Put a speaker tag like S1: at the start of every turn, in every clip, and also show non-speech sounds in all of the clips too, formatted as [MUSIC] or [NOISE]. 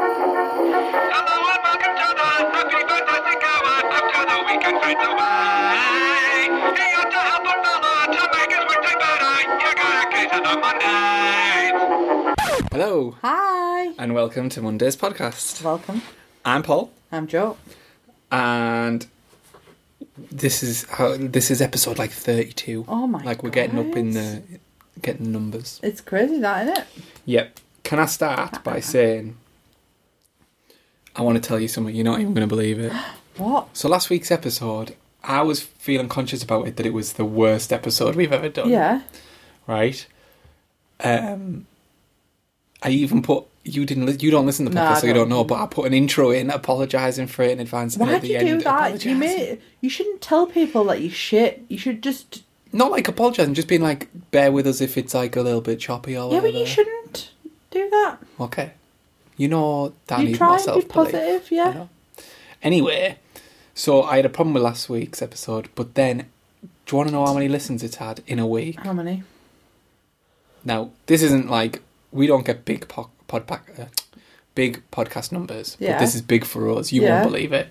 S1: Hello and welcome to the Happy Fantastic Hour. Together we can find the way. Here to help with Mama to make his weekday better. You got a case of the Mondays.
S2: Hello,
S3: Hi.
S2: and welcome to Monday's podcast.
S3: Welcome.
S2: I'm Paul,
S3: I'm Joe.
S2: and this is how this is episode like 32.
S3: Oh my
S2: Like we're getting up in
S3: God.
S2: the getting numbers.
S3: It's crazy, that isn't it?
S2: Yep. Can I start by saying I want to tell you something you're not even going to believe it.
S3: What?
S2: So last week's episode, I was feeling conscious about it that it was the worst episode we've ever done.
S3: Yeah.
S2: Right. Um. I even put you didn't li- you don't listen to the
S3: No,
S2: podcast,
S3: I
S2: so you don't
S3: don't.
S2: know. But I put an intro in, apologising for it in advance. and
S3: Why
S2: at
S3: do
S2: the
S3: you
S2: end,
S3: do that? You
S2: apologising.
S3: may, you shouldn't tell people that you shit. You should just
S2: Not like apologising, just being like, bear with us if it's like a little bit choppy or
S3: Yeah,
S2: whatever.
S3: but you shouldn't do that.
S2: Okay. You know, that I
S3: You
S2: need
S3: try
S2: more
S3: and be
S2: self-belief.
S3: positive, yeah.
S2: I know. Anyway, so I had a problem with last week's episode, but then, do you want to know how many listens it's had in a week?
S3: How many?
S2: Now, this isn't like we don't get big po- pod pack, uh, big podcast numbers, but
S3: Yeah.
S2: this is big for us. You
S3: Yeah.
S2: won't believe it.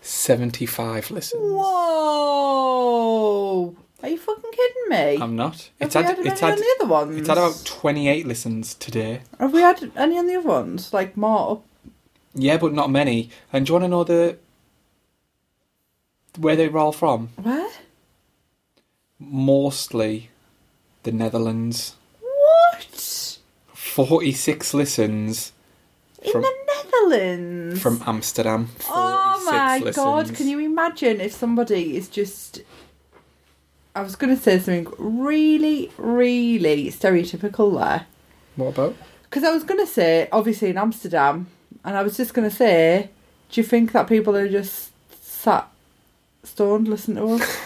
S2: Seventy-five listens.
S3: Whoa! Are you fucking kidding me?
S2: I'm not. Um, it's
S3: Have we
S2: had,
S3: had
S2: it's
S3: any
S2: had
S3: on the other ones?
S2: it's had about twenty-eight listens today.
S3: Have we had any on the other ones? Like more up?
S2: Yeah, but not many. And do you want to know the where they're all from?
S3: Where?
S2: Mostly the Netherlands.
S3: What?
S2: Forty-six listens
S3: In
S2: From-
S3: the Netherlands?
S2: from Amsterdam. 46
S3: Oh my god,
S2: listens.
S3: can you imagine if somebody is just. I was going to say something really, really stereotypical there.
S2: What about?
S3: Because I was going to say, obviously in Amsterdam, and I was just going to say, do you think that people are just sat stoned listening
S2: [LAUGHS]
S3: to us?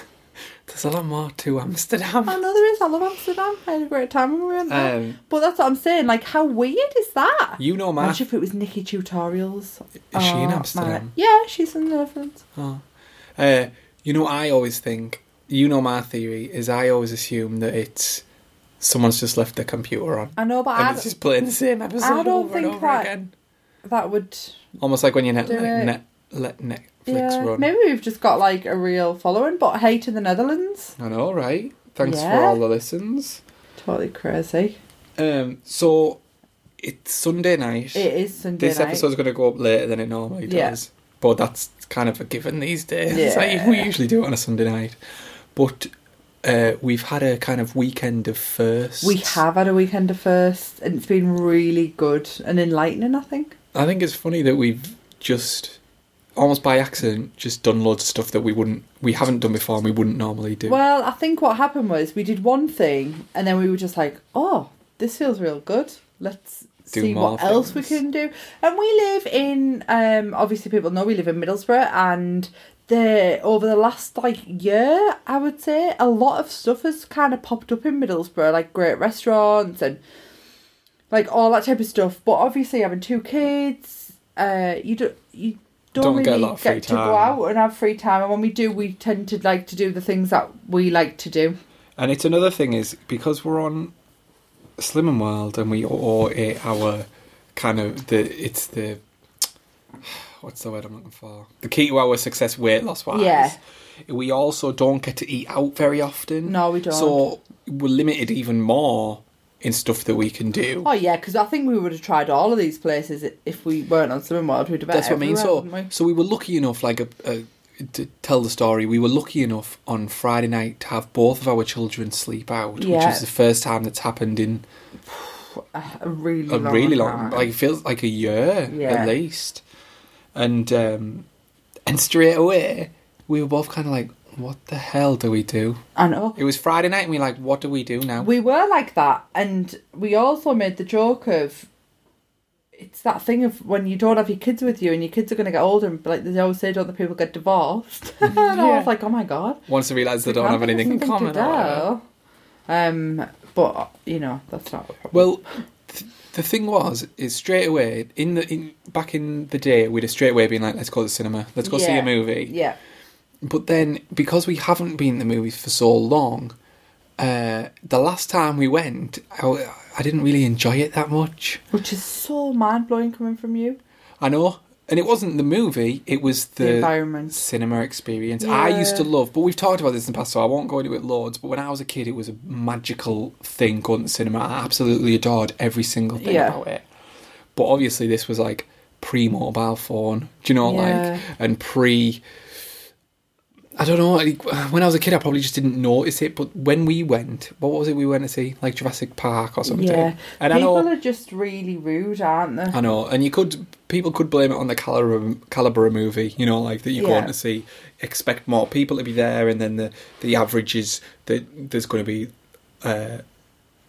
S2: There's a lot more to Amsterdam.
S3: I know there is, I love Amsterdam. I had a great time when we went there.
S2: Um,
S3: but that's what I'm saying, like, how weird is that?
S2: You know my.
S3: Imagine oh, if it was Nikki Tutorials. Is
S2: Is she in Amsterdam?
S3: Yeah, she's in the Netherlands.
S2: Oh. Uh, you know, I always think. You know, my theory is I always assume that it's someone's just left their computer on
S3: I know, but
S2: and
S3: I,
S2: it's just playing the same episode
S3: I don't
S2: over and
S3: think
S2: over
S3: that-
S2: again.
S3: that would
S2: Almost like when you net,
S3: Do
S2: like,
S3: it.
S2: net, let Netflix
S3: yeah,
S2: run.
S3: Maybe we've just got like a real following, but hey to the Netherlands.
S2: I know, right? Thanks for
S3: Yeah.
S2: all the listens.
S3: Totally crazy.
S2: Um, so it's Sunday night.
S3: It is Sunday
S2: this
S3: night.
S2: episode's going to go up later than it normally
S3: Yeah.
S2: does. But that's kind of a given these days. It's
S3: Yeah.
S2: like we usually do it on a Sunday night. But uh, we've had a kind of weekend of firsts.
S3: We have had a weekend of first, and it's been really good and enlightening. I think.
S2: I think it's funny that we've just, almost by accident, just done loads of stuff that we wouldn't, we haven't done before and we wouldn't normally do.
S3: Well, I think what happened was we did one thing, and then we were just like, "Oh, this feels real good. Let's."
S2: Do
S3: see
S2: more
S3: what else we
S2: things."
S3: can do. And we live in um obviously people know we live in Middlesbrough and the over the last like year, I would say, a lot of stuff has kind of popped up in Middlesbrough, like great restaurants and like all that type of stuff. But obviously having two kids, uh you don't you don't,
S2: Don't
S3: really
S2: get a
S3: get,
S2: lot of free
S3: to go
S2: time.
S3: out and have free time and when we do we tend to like to do the things that we like to do.
S2: And it's another thing is because we're on Slimming World and we all ate our kind of the it's the what's the word I'm looking for the key to our success weight loss wise.
S3: Yeah.
S2: We also don't get to eat out very often.
S3: No, we don't.
S2: So we're limited even more in stuff that we can do.
S3: Oh yeah, because I think we would have tried all of these places if we weren't on Swimming World. We'd have been
S2: That's what I mean.
S3: everywhere,
S2: So,
S3: wouldn't we?
S2: so we were lucky enough, like a, a, to tell the story, we were lucky enough on Friday night to have both of our children sleep out,
S3: Yeah.
S2: which is the first time that's happened in
S3: a really
S2: a
S3: long
S2: really long,
S3: time.
S2: like it feels like a year
S3: Yeah.
S2: at least. And um, and straight away, we were both kind of like, "What the hell do we do?"
S3: I know.
S2: It was Friday night, and we were like, "What do we do now?"
S3: We were like that, and we also made the joke of it's that thing of when you don't have your kids with you, and your kids are going to get older, and like they always say, don't the people get divorced? [LAUGHS] and I
S2: Yeah.
S3: was like, oh my god,
S2: Once they realise they
S3: we
S2: don't
S3: can't
S2: have anything in
S3: something
S2: common.
S3: to
S2: or whatever.
S3: do. Um, but you know that's not.
S2: Well, th- the thing was, is straight away in the in back in the day, we'd have straight away been like, "Let's go to the cinema. Let's go see
S3: Yeah.
S2: a movie."
S3: Yeah,
S2: But then, because we haven't been to the movies for so long, uh, the last time we went, I, I didn't really enjoy it that much.
S3: which is so mind blowing coming from you.
S2: I know. And it wasn't the movie, it was the,
S3: The, environment.
S2: cinema experience. I used to
S3: Yeah.
S2: love, but we've talked about this in the past, so I won't go into it loads. But when I was a kid, it was a magical thing going to the cinema. I absolutely adored every single thing
S3: Yeah.
S2: about it. But obviously, this was like pre mobile phone, do you know,
S3: Yeah.
S2: like, and pre. I don't know. like, When I was a kid, I probably just didn't notice it. But when we went, what was it we went to see? Like Jurassic Park or something.
S3: Yeah,
S2: And I
S3: people
S2: know
S3: are just really rude, aren't they?
S2: I know, and you could people could blame it on the caliber caliber of movie, you know, like that you go
S3: Yeah.
S2: on to see, expect more people to be there, and then the the average is that there's going to be uh,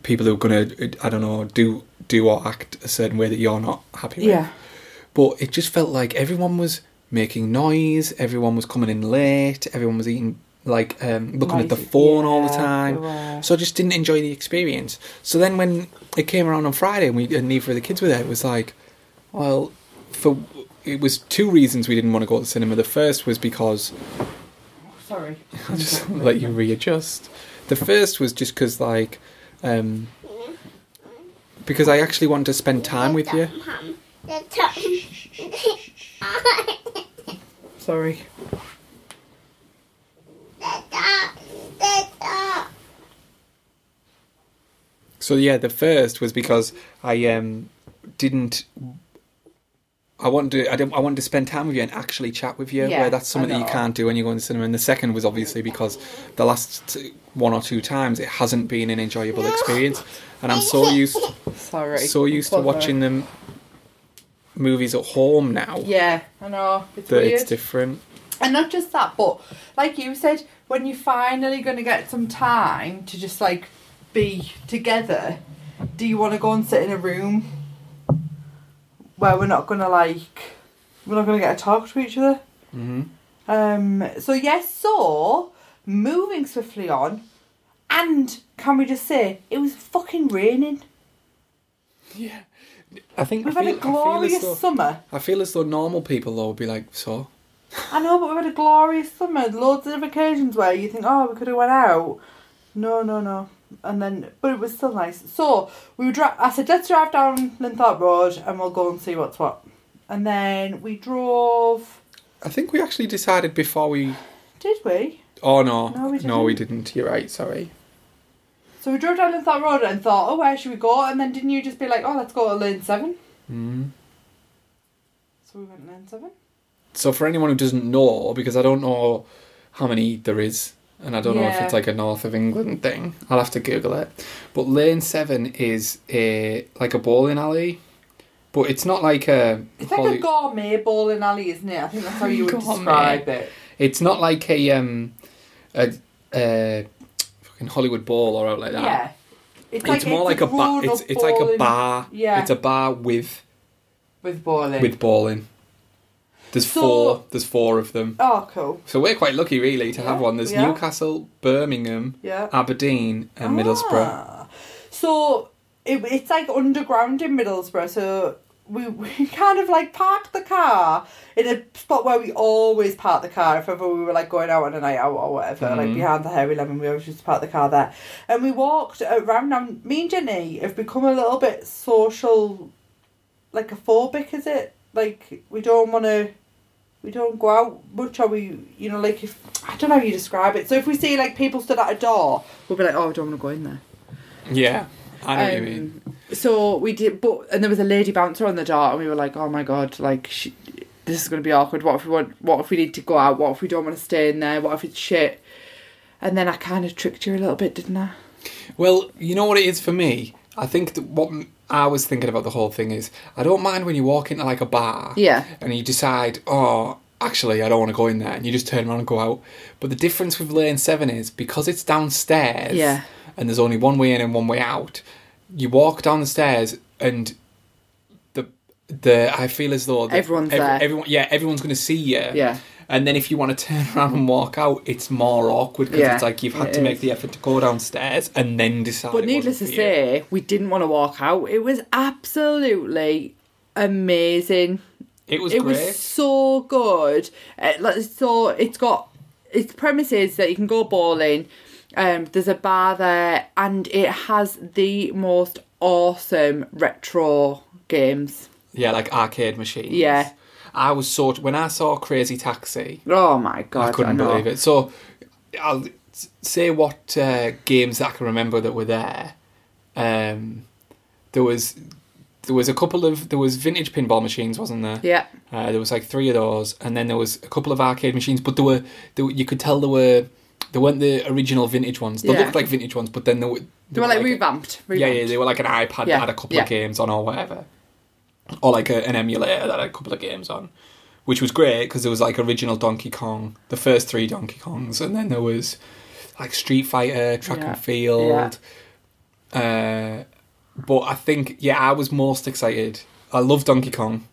S2: people who are going to I don't know do do or act a certain way that you're not happy with.
S3: Yeah,
S2: But it just felt like everyone was making noise, everyone was coming in late, everyone was eating like um, looking at the
S3: Noisy.
S2: phone all the
S3: Yeah,
S2: time.
S3: they were.
S2: So I just didn't enjoy the experience. So then when it came around on Friday and we and neither of the kids were there, it was like, well, for it was two reasons we didn't want to go to the cinema. The first was because
S3: sorry.
S2: I'll just [LAUGHS] let you readjust. The first was just because, like, um, because I actually wanted to spend time with you.
S3: Sorry.
S2: So yeah, the first was because I um didn't. I wanted to. I, didn't, I wanted to spend time with you and actually chat with you.
S3: Yeah,
S2: where that's something
S3: I
S2: that you
S3: know.
S2: can't do when you go in the cinema. And the second was obviously because the last t- one or two times it hasn't been an enjoyable experience, and
S3: [LAUGHS]
S2: I'm so used
S3: Sorry.
S2: so used to
S3: Bother.
S2: watching them movies at home now
S3: Yeah, I know. It's
S2: that
S3: weird.
S2: it's different.
S3: And not just that, but like you said, when you're finally going to get some time to just like be together, do you want to go and sit in a room where we're not going to like, we're not going to get to talk to each other?
S2: hmm
S3: Um, so yes, so moving swiftly on, and can we just say it was fucking raining?
S2: Yeah, I think
S3: We've
S2: I
S3: had
S2: feel,
S3: a glorious
S2: I feel, as though,
S3: summer.
S2: I feel as though normal people though would be like, so
S3: I know, but we've had a glorious summer. Loads of occasions where you think, oh, we could have went out. No, no, no. And then, but it was still nice. So we dri I said, let's drive down Linthorpe Road and we'll go and see what's what. And then we drove.
S2: I think we actually decided before we.
S3: Did we?
S2: Oh no,
S3: No, we
S2: no, we didn't. You're right. Sorry.
S3: So we drove down Linthorpe Road and thought, oh, where should we go? And then didn't you just be like, oh, let's go to Lane Seven?
S2: Mm.
S3: So we went Lane Seven.
S2: So for anyone who doesn't know, because I don't know how many there is, and I don't know if
S3: Yeah.
S2: it's like a north of England thing. I'll have to Google it. But Lane Seven is a like a bowling alley, but it's not like a.
S3: It's like
S2: Holly-
S3: a gourmet bowling alley, isn't it? I think that's how you would
S2: Gourmet.
S3: describe it.
S2: It's not like a um a, a fucking Hollywood Bowl or out like that.
S3: Yeah. It's,
S2: It's, more like a, bar.
S3: grown-up
S2: It's, it's like a
S3: bowling
S2: bar.
S3: Yeah.
S2: It's a bar with
S3: with bowling.
S2: with bowling. There's
S3: So-
S2: four. There's four of them.
S3: Oh, cool.
S2: So we're quite lucky, really, to have
S3: Yeah,
S2: one. There's
S3: we are.
S2: Newcastle, Birmingham,
S3: Yeah.
S2: Aberdeen, and Middlesbrough.
S3: Ah. So it, it's like underground in Middlesbrough. So we, we [LAUGHS] kind of like parked the car in a spot where we always park the car if ever we were like going out on a night out or whatever, like
S2: Mhm.
S3: behind the Hairy Lemon, we always used to park the car there. And we walked around. Now, me and Jenny have become a little bit social, like a phobic, is it? Like, we don't want to. We don't go out much, or we, you know, like if I don't know how you describe it. So if we see like people stood at a door, we'll be like, "Oh, I don't want to go in there."
S2: Yeah, I know what you
S3: Um,
S2: mean.
S3: So we did, but and there was a lady bouncer on the door, and we were like, "Oh my god, like she, this is going to be awkward. What if we want? What if we need to go out? What if we don't want to stay in there? What if it's shit?" And then I kind of tricked you a little bit, didn't I?
S2: Well, you know what it is for me. I think that what m- I was thinking about the whole thing is, I don't mind when you walk into like a bar,
S3: Yeah.
S2: and you decide, oh, actually, I don't want to go in there, and you just turn around and go out. But the difference with Lane Seven is because it's downstairs,
S3: Yeah.
S2: and there's only one way in and one way out. You walk down the stairs, and the the I feel as though the-
S3: Everyone's there.
S2: Everyone, yeah, everyone's going to see you.
S3: Yeah.
S2: And then if you want to turn [LAUGHS] around and walk out, it's more awkward because
S3: Yeah,
S2: it's like you've had
S3: it
S2: to make
S3: is.
S2: the effort to go downstairs and then decide.
S3: But
S2: it
S3: needless to
S2: wasn't for you.
S3: say, we didn't want to walk out. It was absolutely amazing.
S2: it was
S3: it
S2: great.
S3: was so good. Uh, like, so it's got its premise is that you can go bowling. Um, there's a bar there, and it has the most awesome retro games.
S2: Yeah, like arcade machines.
S3: Yeah.
S2: I was so when I saw Crazy Taxi,
S3: Oh my god!
S2: I couldn't
S3: know.
S2: believe it. So I'll s- say what uh, games that I can remember that were there. Um, there was there was a couple of there was vintage pinball machines, wasn't there?
S3: Yeah,
S2: Uh, there was like three of those, and then there was a couple of arcade machines, but there were, there were you could tell there were they weren't the original vintage ones. They
S3: Yeah.
S2: looked like vintage ones, but then there were they,
S3: they were like, revamped.
S2: yeah,
S3: revamped.
S2: yeah, they were like an iPad
S3: Yeah,
S2: that had a couple
S3: yeah.
S2: of games on or whatever, or like a, an emulator that had a couple of games on, which was great because there was like original Donkey Kong, the first three Donkey Kongs, and then there was like Street Fighter, Track
S3: Yeah,
S2: and Field. Uh, but I think yeah, I was most excited. I love Donkey Kong.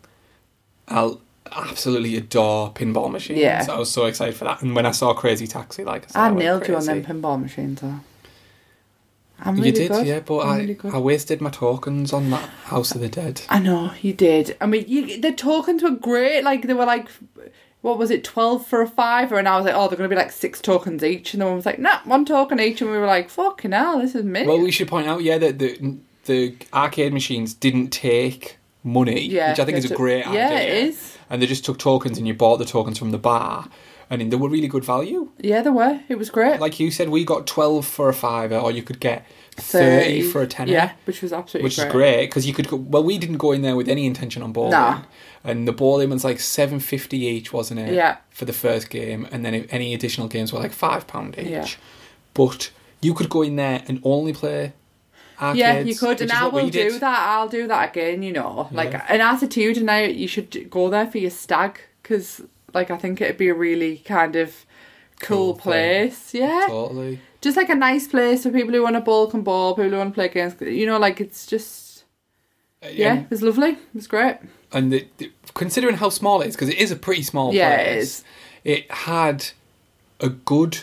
S2: I absolutely adore pinball machines.
S3: Yeah.
S2: I was so excited for that. And when I saw Crazy Taxi, like I, said,
S3: I
S2: went
S3: nailed you on
S2: crazy.
S3: them pinball machines. Though. I'm
S2: You
S3: really
S2: did,
S3: good.
S2: yeah, but
S3: I'm
S2: I,
S3: really good.
S2: I wasted my tokens on that House of the Dead.
S3: I know you did. I mean, you, the tokens were great. Like they were like, what was it, twelve for a fiver? And I was like, oh, they're gonna be like six tokens each. And the one was like, nah, one token each. And we were like, fucking hell, this is me.
S2: Well, we should point out, yeah, that the the arcade machines didn't take money, which I think is
S3: that's
S2: a great idea.
S3: Yeah, it is.
S2: And they just took tokens, and you bought the tokens from the bar, and they were really good value.
S3: Yeah, they were. It was great.
S2: Like you said, we got twelve for a fiver, or you could get thirty,
S3: Thirty.
S2: for a tenner.
S3: Yeah, which was [LAUGHS] absolutely
S2: Which
S3: great.
S2: is great because you could. Go, well, we didn't go in there with any intention on bowling,
S3: Nah.
S2: and the bowling was like seven fifty each, wasn't it?
S3: Yeah.
S2: For the first game, and then if any additional games were like five pound each.
S3: Yeah.
S2: But you could go in there and only play. Arcades,
S3: Yeah, you could,
S2: which
S3: and
S2: is
S3: I
S2: what we
S3: will
S2: did.
S3: do that. I'll do that again. You know, like
S2: Yeah.
S3: an attitude, and I you should go there for your stag because, like, I think it'd be a really kind of cool,
S2: Cool thing.
S3: place. Yeah,
S2: Totally.
S3: just like a nice place for people who want to bowl can bowl, people who want to play games. You know, like it's just yeah,
S2: And,
S3: it was lovely. It was great.
S2: and the, the- considering how small it is, because it is a pretty small
S3: Yeah, it
S2: place.
S3: is.
S2: It had a good,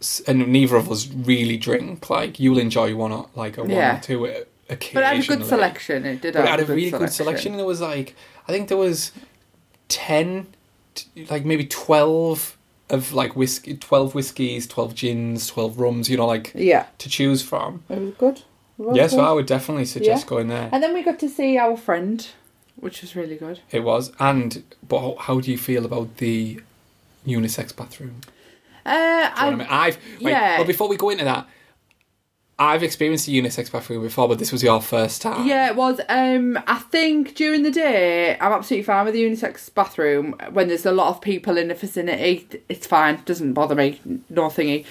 S2: s- and neither of us really drink. Like you'll enjoy one or like a one
S3: Yeah.
S2: or two o- occasionally.
S3: But it had a good selection. It did.
S2: But it
S3: have
S2: had a
S3: good
S2: really good selection. There was like I think there was ten, t- like maybe twelve of like whiskey, twelve whiskies, twelve gins, twelve rums. You know, like
S3: Yeah,
S2: to choose from.
S3: it was good. It was
S2: Yeah, so
S3: good.
S2: I would definitely suggest
S3: Yeah.
S2: going there.
S3: and then we got to see our friend, which was really good.
S2: It was, and but how, how do you feel about the unisex bathroom?
S3: Uh,
S2: Do you
S3: I
S2: know what I mean? I've wait,
S3: yeah.
S2: well before we go into that, I've experienced a unisex bathroom before, but this was your first time.
S3: Yeah, it was. Um, I think during the day, I'm absolutely fine with the unisex bathroom. When there's a lot of people in the vicinity, it's fine. Doesn't bother me. No thingy.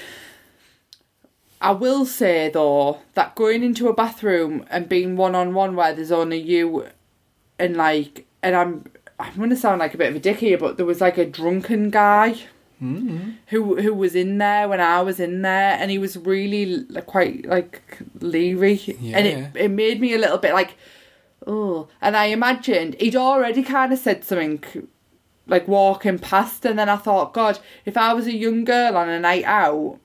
S3: I will say though that going into a bathroom and being one on one where there's only you and like, and I'm, I'm gonna sound like a bit of a dick here, but there was like a drunken guy who who was in there when I was in there, and he was really like, quite like leery, and
S2: Yeah.
S3: it it made me a little bit like, oh. And I imagined he'd already kind of said something. Like walking past, and then I thought, God, if I was a young girl on a night out,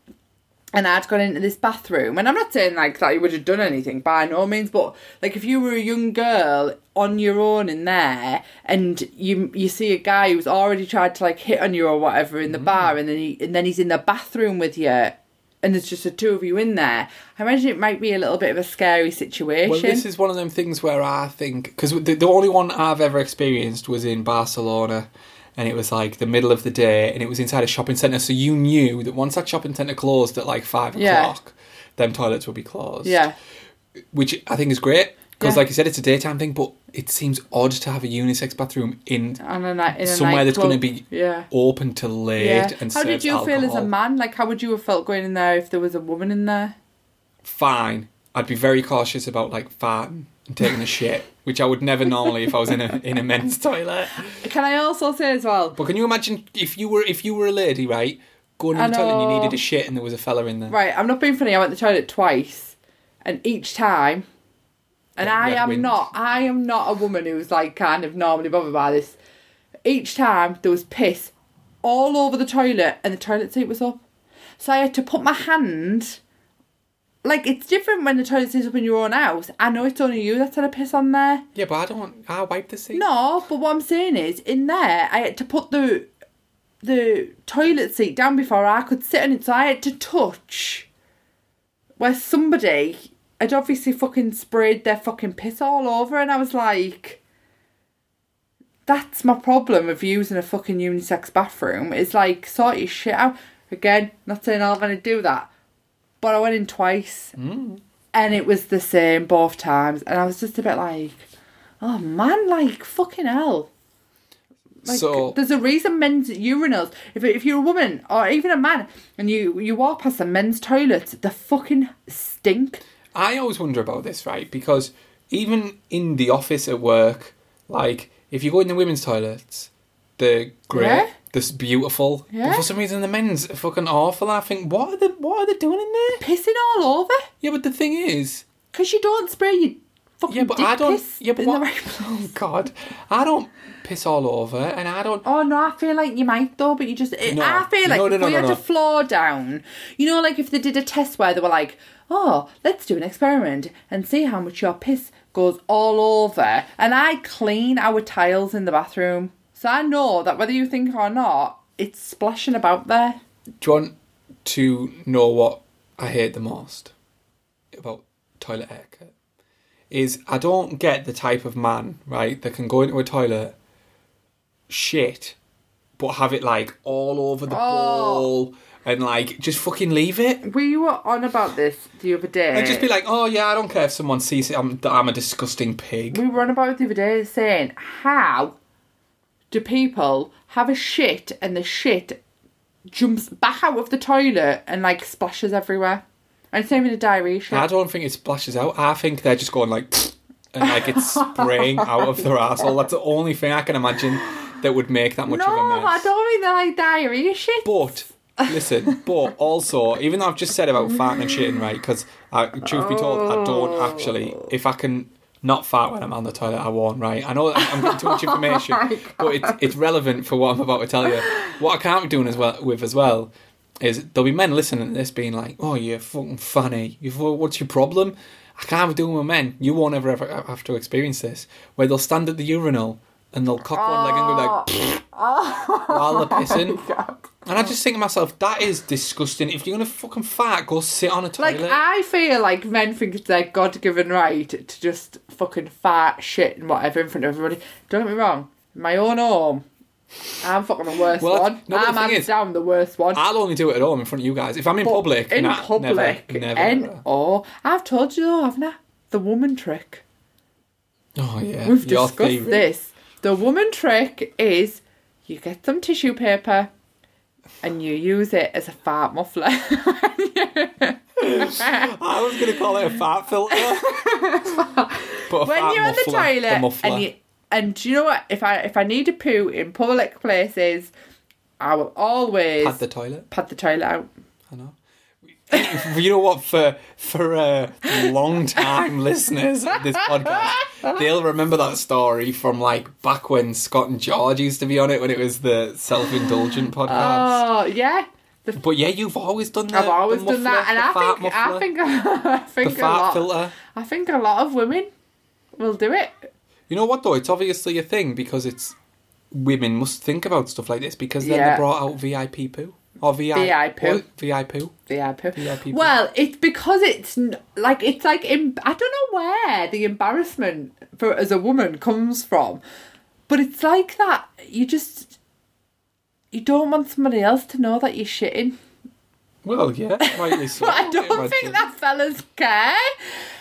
S3: and I'd gone into this bathroom, and I'm not saying like that you would have done anything by no means, but like if you were a young girl on your own in there, and you you see a guy who's already tried to like hit on you or whatever
S2: Mm.
S3: in the bar, and then he and then he's in the bathroom with you, and there's just the two of you in there. I imagine it might be a little bit of a scary situation.
S2: Well, this is one of them things where I think because the, the only one I've ever experienced was in Barcelona, and it was like the middle of the day, and it was inside a shopping centre. So you knew that once that shopping centre closed at like five
S3: Yeah.
S2: o'clock, them toilets would be closed.
S3: yeah,
S2: which I think is great because,
S3: Yeah.
S2: like you said, it's a daytime thing, but it seems odd to have a unisex bathroom in
S3: and a night in a
S2: somewhere that's going to
S3: nightclub.
S2: be
S3: yeah.
S2: open till late
S3: Yeah.
S2: and
S3: How did
S2: serves
S3: you feel as a
S2: alcohol.
S3: man? Like, how would you have felt going in there if there was a woman in there?
S2: Fine, I'd be very cautious about like farting and taking a shit, which I would never normally if I was in a in a men's toilet.
S3: Can I also say as well?
S2: But can you imagine if you were if you were a lady, right? Going in
S3: I
S2: the toilet and you
S3: know.
S2: needed a shit and there was a fella in there.
S3: Right, I'm not being funny. I went to the toilet twice, and each time, and
S2: Yeah,
S3: I
S2: red
S3: am
S2: wind.
S3: not, I am not a woman who's like kind of normally bothered by this. Each time there was piss all over the toilet, and the toilet seat was up, so I had to put my hand. Like it's different when the toilet seat's up in your own house. I know it's only you that's had a piss on there.
S2: Yeah, but I don't want. I wipe the seat.
S3: No, but what I'm saying is, in there, I had to put the the toilet seat down before I could sit on it, so I had to touch where somebody had obviously fucking sprayed their fucking piss all over, and I was like, that's my problem with using a fucking unisex bathroom. It's like, sort your shit out. Again, not saying I'm going to do that, but I went in twice, and it was the same both times, and I was just a bit like, oh man, like, fucking hell. Like,
S2: so
S3: there's a reason men's urinals. If if you're a woman or even a man and you you walk past the men's toilets, they fucking stink.
S2: I always wonder about this, right? Because even in the office at work, like if you go in the women's toilets, they're great,
S3: Yeah.
S2: they're s- beautiful.
S3: Yeah.
S2: But for some reason, the men's are fucking awful. I think what are they? What are they doing in there?
S3: Pissing all over
S2: Yeah, but the thing is,
S3: because you don't spray your fucking
S2: yeah, but
S3: dick
S2: I don't.
S3: piss
S2: yeah, but
S3: in
S2: what,
S3: the right [LAUGHS] place.
S2: Oh [LAUGHS] God, I don't piss all over, and I don't.
S3: Oh no, I feel like you might though, but you just it,
S2: No.
S3: I feel like
S2: No, no,
S3: if
S2: no,
S3: we
S2: no,
S3: had
S2: no.
S3: a floor down, you know, like if they did a test where they were like, oh, let's do an experiment and see how much your piss goes all over, and I clean our tiles in the bathroom, so I know that whether you think or not, it's splashing about there.
S2: Do you want to know what I hate the most about toilet etiquette? Is I don't get the type of man, right, that can go into a toilet, shit, but have it like all over the
S3: Oh.
S2: bowl and like just fucking leave it.
S3: We were on about this the other day.
S2: And just be like, oh yeah, I don't care if someone sees it, I'm, that I'm a disgusting pig.
S3: we were on about it the other day saying how do people have a shit and the shit jumps back out of the toilet and like splashes everywhere. And it's not even a diarrhea shit.
S2: I don't think it splashes out. I think they're just going like, [SNIFFS] and like it's spraying out of
S3: [LAUGHS]
S2: their asshole. That's the only thing I can imagine that would make that much
S3: no,
S2: of a mess.
S3: I don't think they're like diarrhea
S2: [LAUGHS]
S3: shit.
S2: But listen, but also, even though I've just said about farting and shitting, right? Because truth be told, I don't actually. If I can not fart when I'm on the toilet, I won't. Right? I know I'm getting too much information, but it's it's relevant for what I'm about to tell you. What I can't be doing as well with as well is there'll be men listening to this being like, "Oh, you're fucking funny. You fu- what's your problem?" I can't be doing with men. You won't ever, ever have to experience this, where they'll stand at the urinal and they'll cock one leg and go like, while
S3: [LAUGHS]
S2: they're
S3: Oh
S2: pissing. And I just think to myself, that is disgusting. If you're gonna fucking fart, go sit on a
S3: like
S2: toilet.
S3: I feel like men think it's their God given right to just fucking fart shit and whatever in front of everybody. Don't get me wrong, in my own home. I'm fucking the worst
S2: Well,
S3: one.
S2: no, but the
S3: I'm
S2: thing
S3: hands
S2: is-
S3: down the worst one.
S2: I, will only do it at home in front of you guys. If I'm in
S3: But
S2: public,
S3: In
S2: nah,
S3: public.
S2: never, never.
S3: and
S2: never.
S3: oh, I've told you though, haven't I? The woman trick.
S2: Oh yeah,
S3: We've
S2: your
S3: discussed
S2: theory.
S3: this. The woman trick is you get some tissue paper and you use it as a fart muffler. [LAUGHS]
S2: I was gonna call it a fart
S3: [LAUGHS]
S2: filter. but a
S3: when
S2: fart
S3: you're on the
S2: muffler, a
S3: toilet
S2: muffler.
S3: and you and do you know what? If I if I need a poo in public places, I will always
S2: pad the toilet.
S3: pad the toilet out.
S2: I know. [LAUGHS] you know what? For for uh, long
S3: [LAUGHS]
S2: time listeners of this podcast, they'll remember that story from like back when Scott and George used to be on it when it was the self indulgent podcast.
S3: Oh yeah. The
S2: But yeah, you've always done that.
S3: I've always done that, and I think, I think I think [LAUGHS]
S2: the
S3: a lot.
S2: fart filter.
S3: I think a lot of women will do it.
S2: You know what though? It's obviously a thing because it's women must think about stuff like this because then
S3: Yeah.
S2: they brought out VIP poo or VIP
S3: VI poo.
S2: VI poo.
S3: VIP.
S2: VIP.
S3: Well, it's because it's n- like it's like em- I don't know where the embarrassment for as a woman comes from, but it's like that. You just you don't want somebody else to know that you're shitting.
S2: Well, yeah, rightly so.
S3: But [LAUGHS] I don't
S2: imagine.
S3: think that fellas care.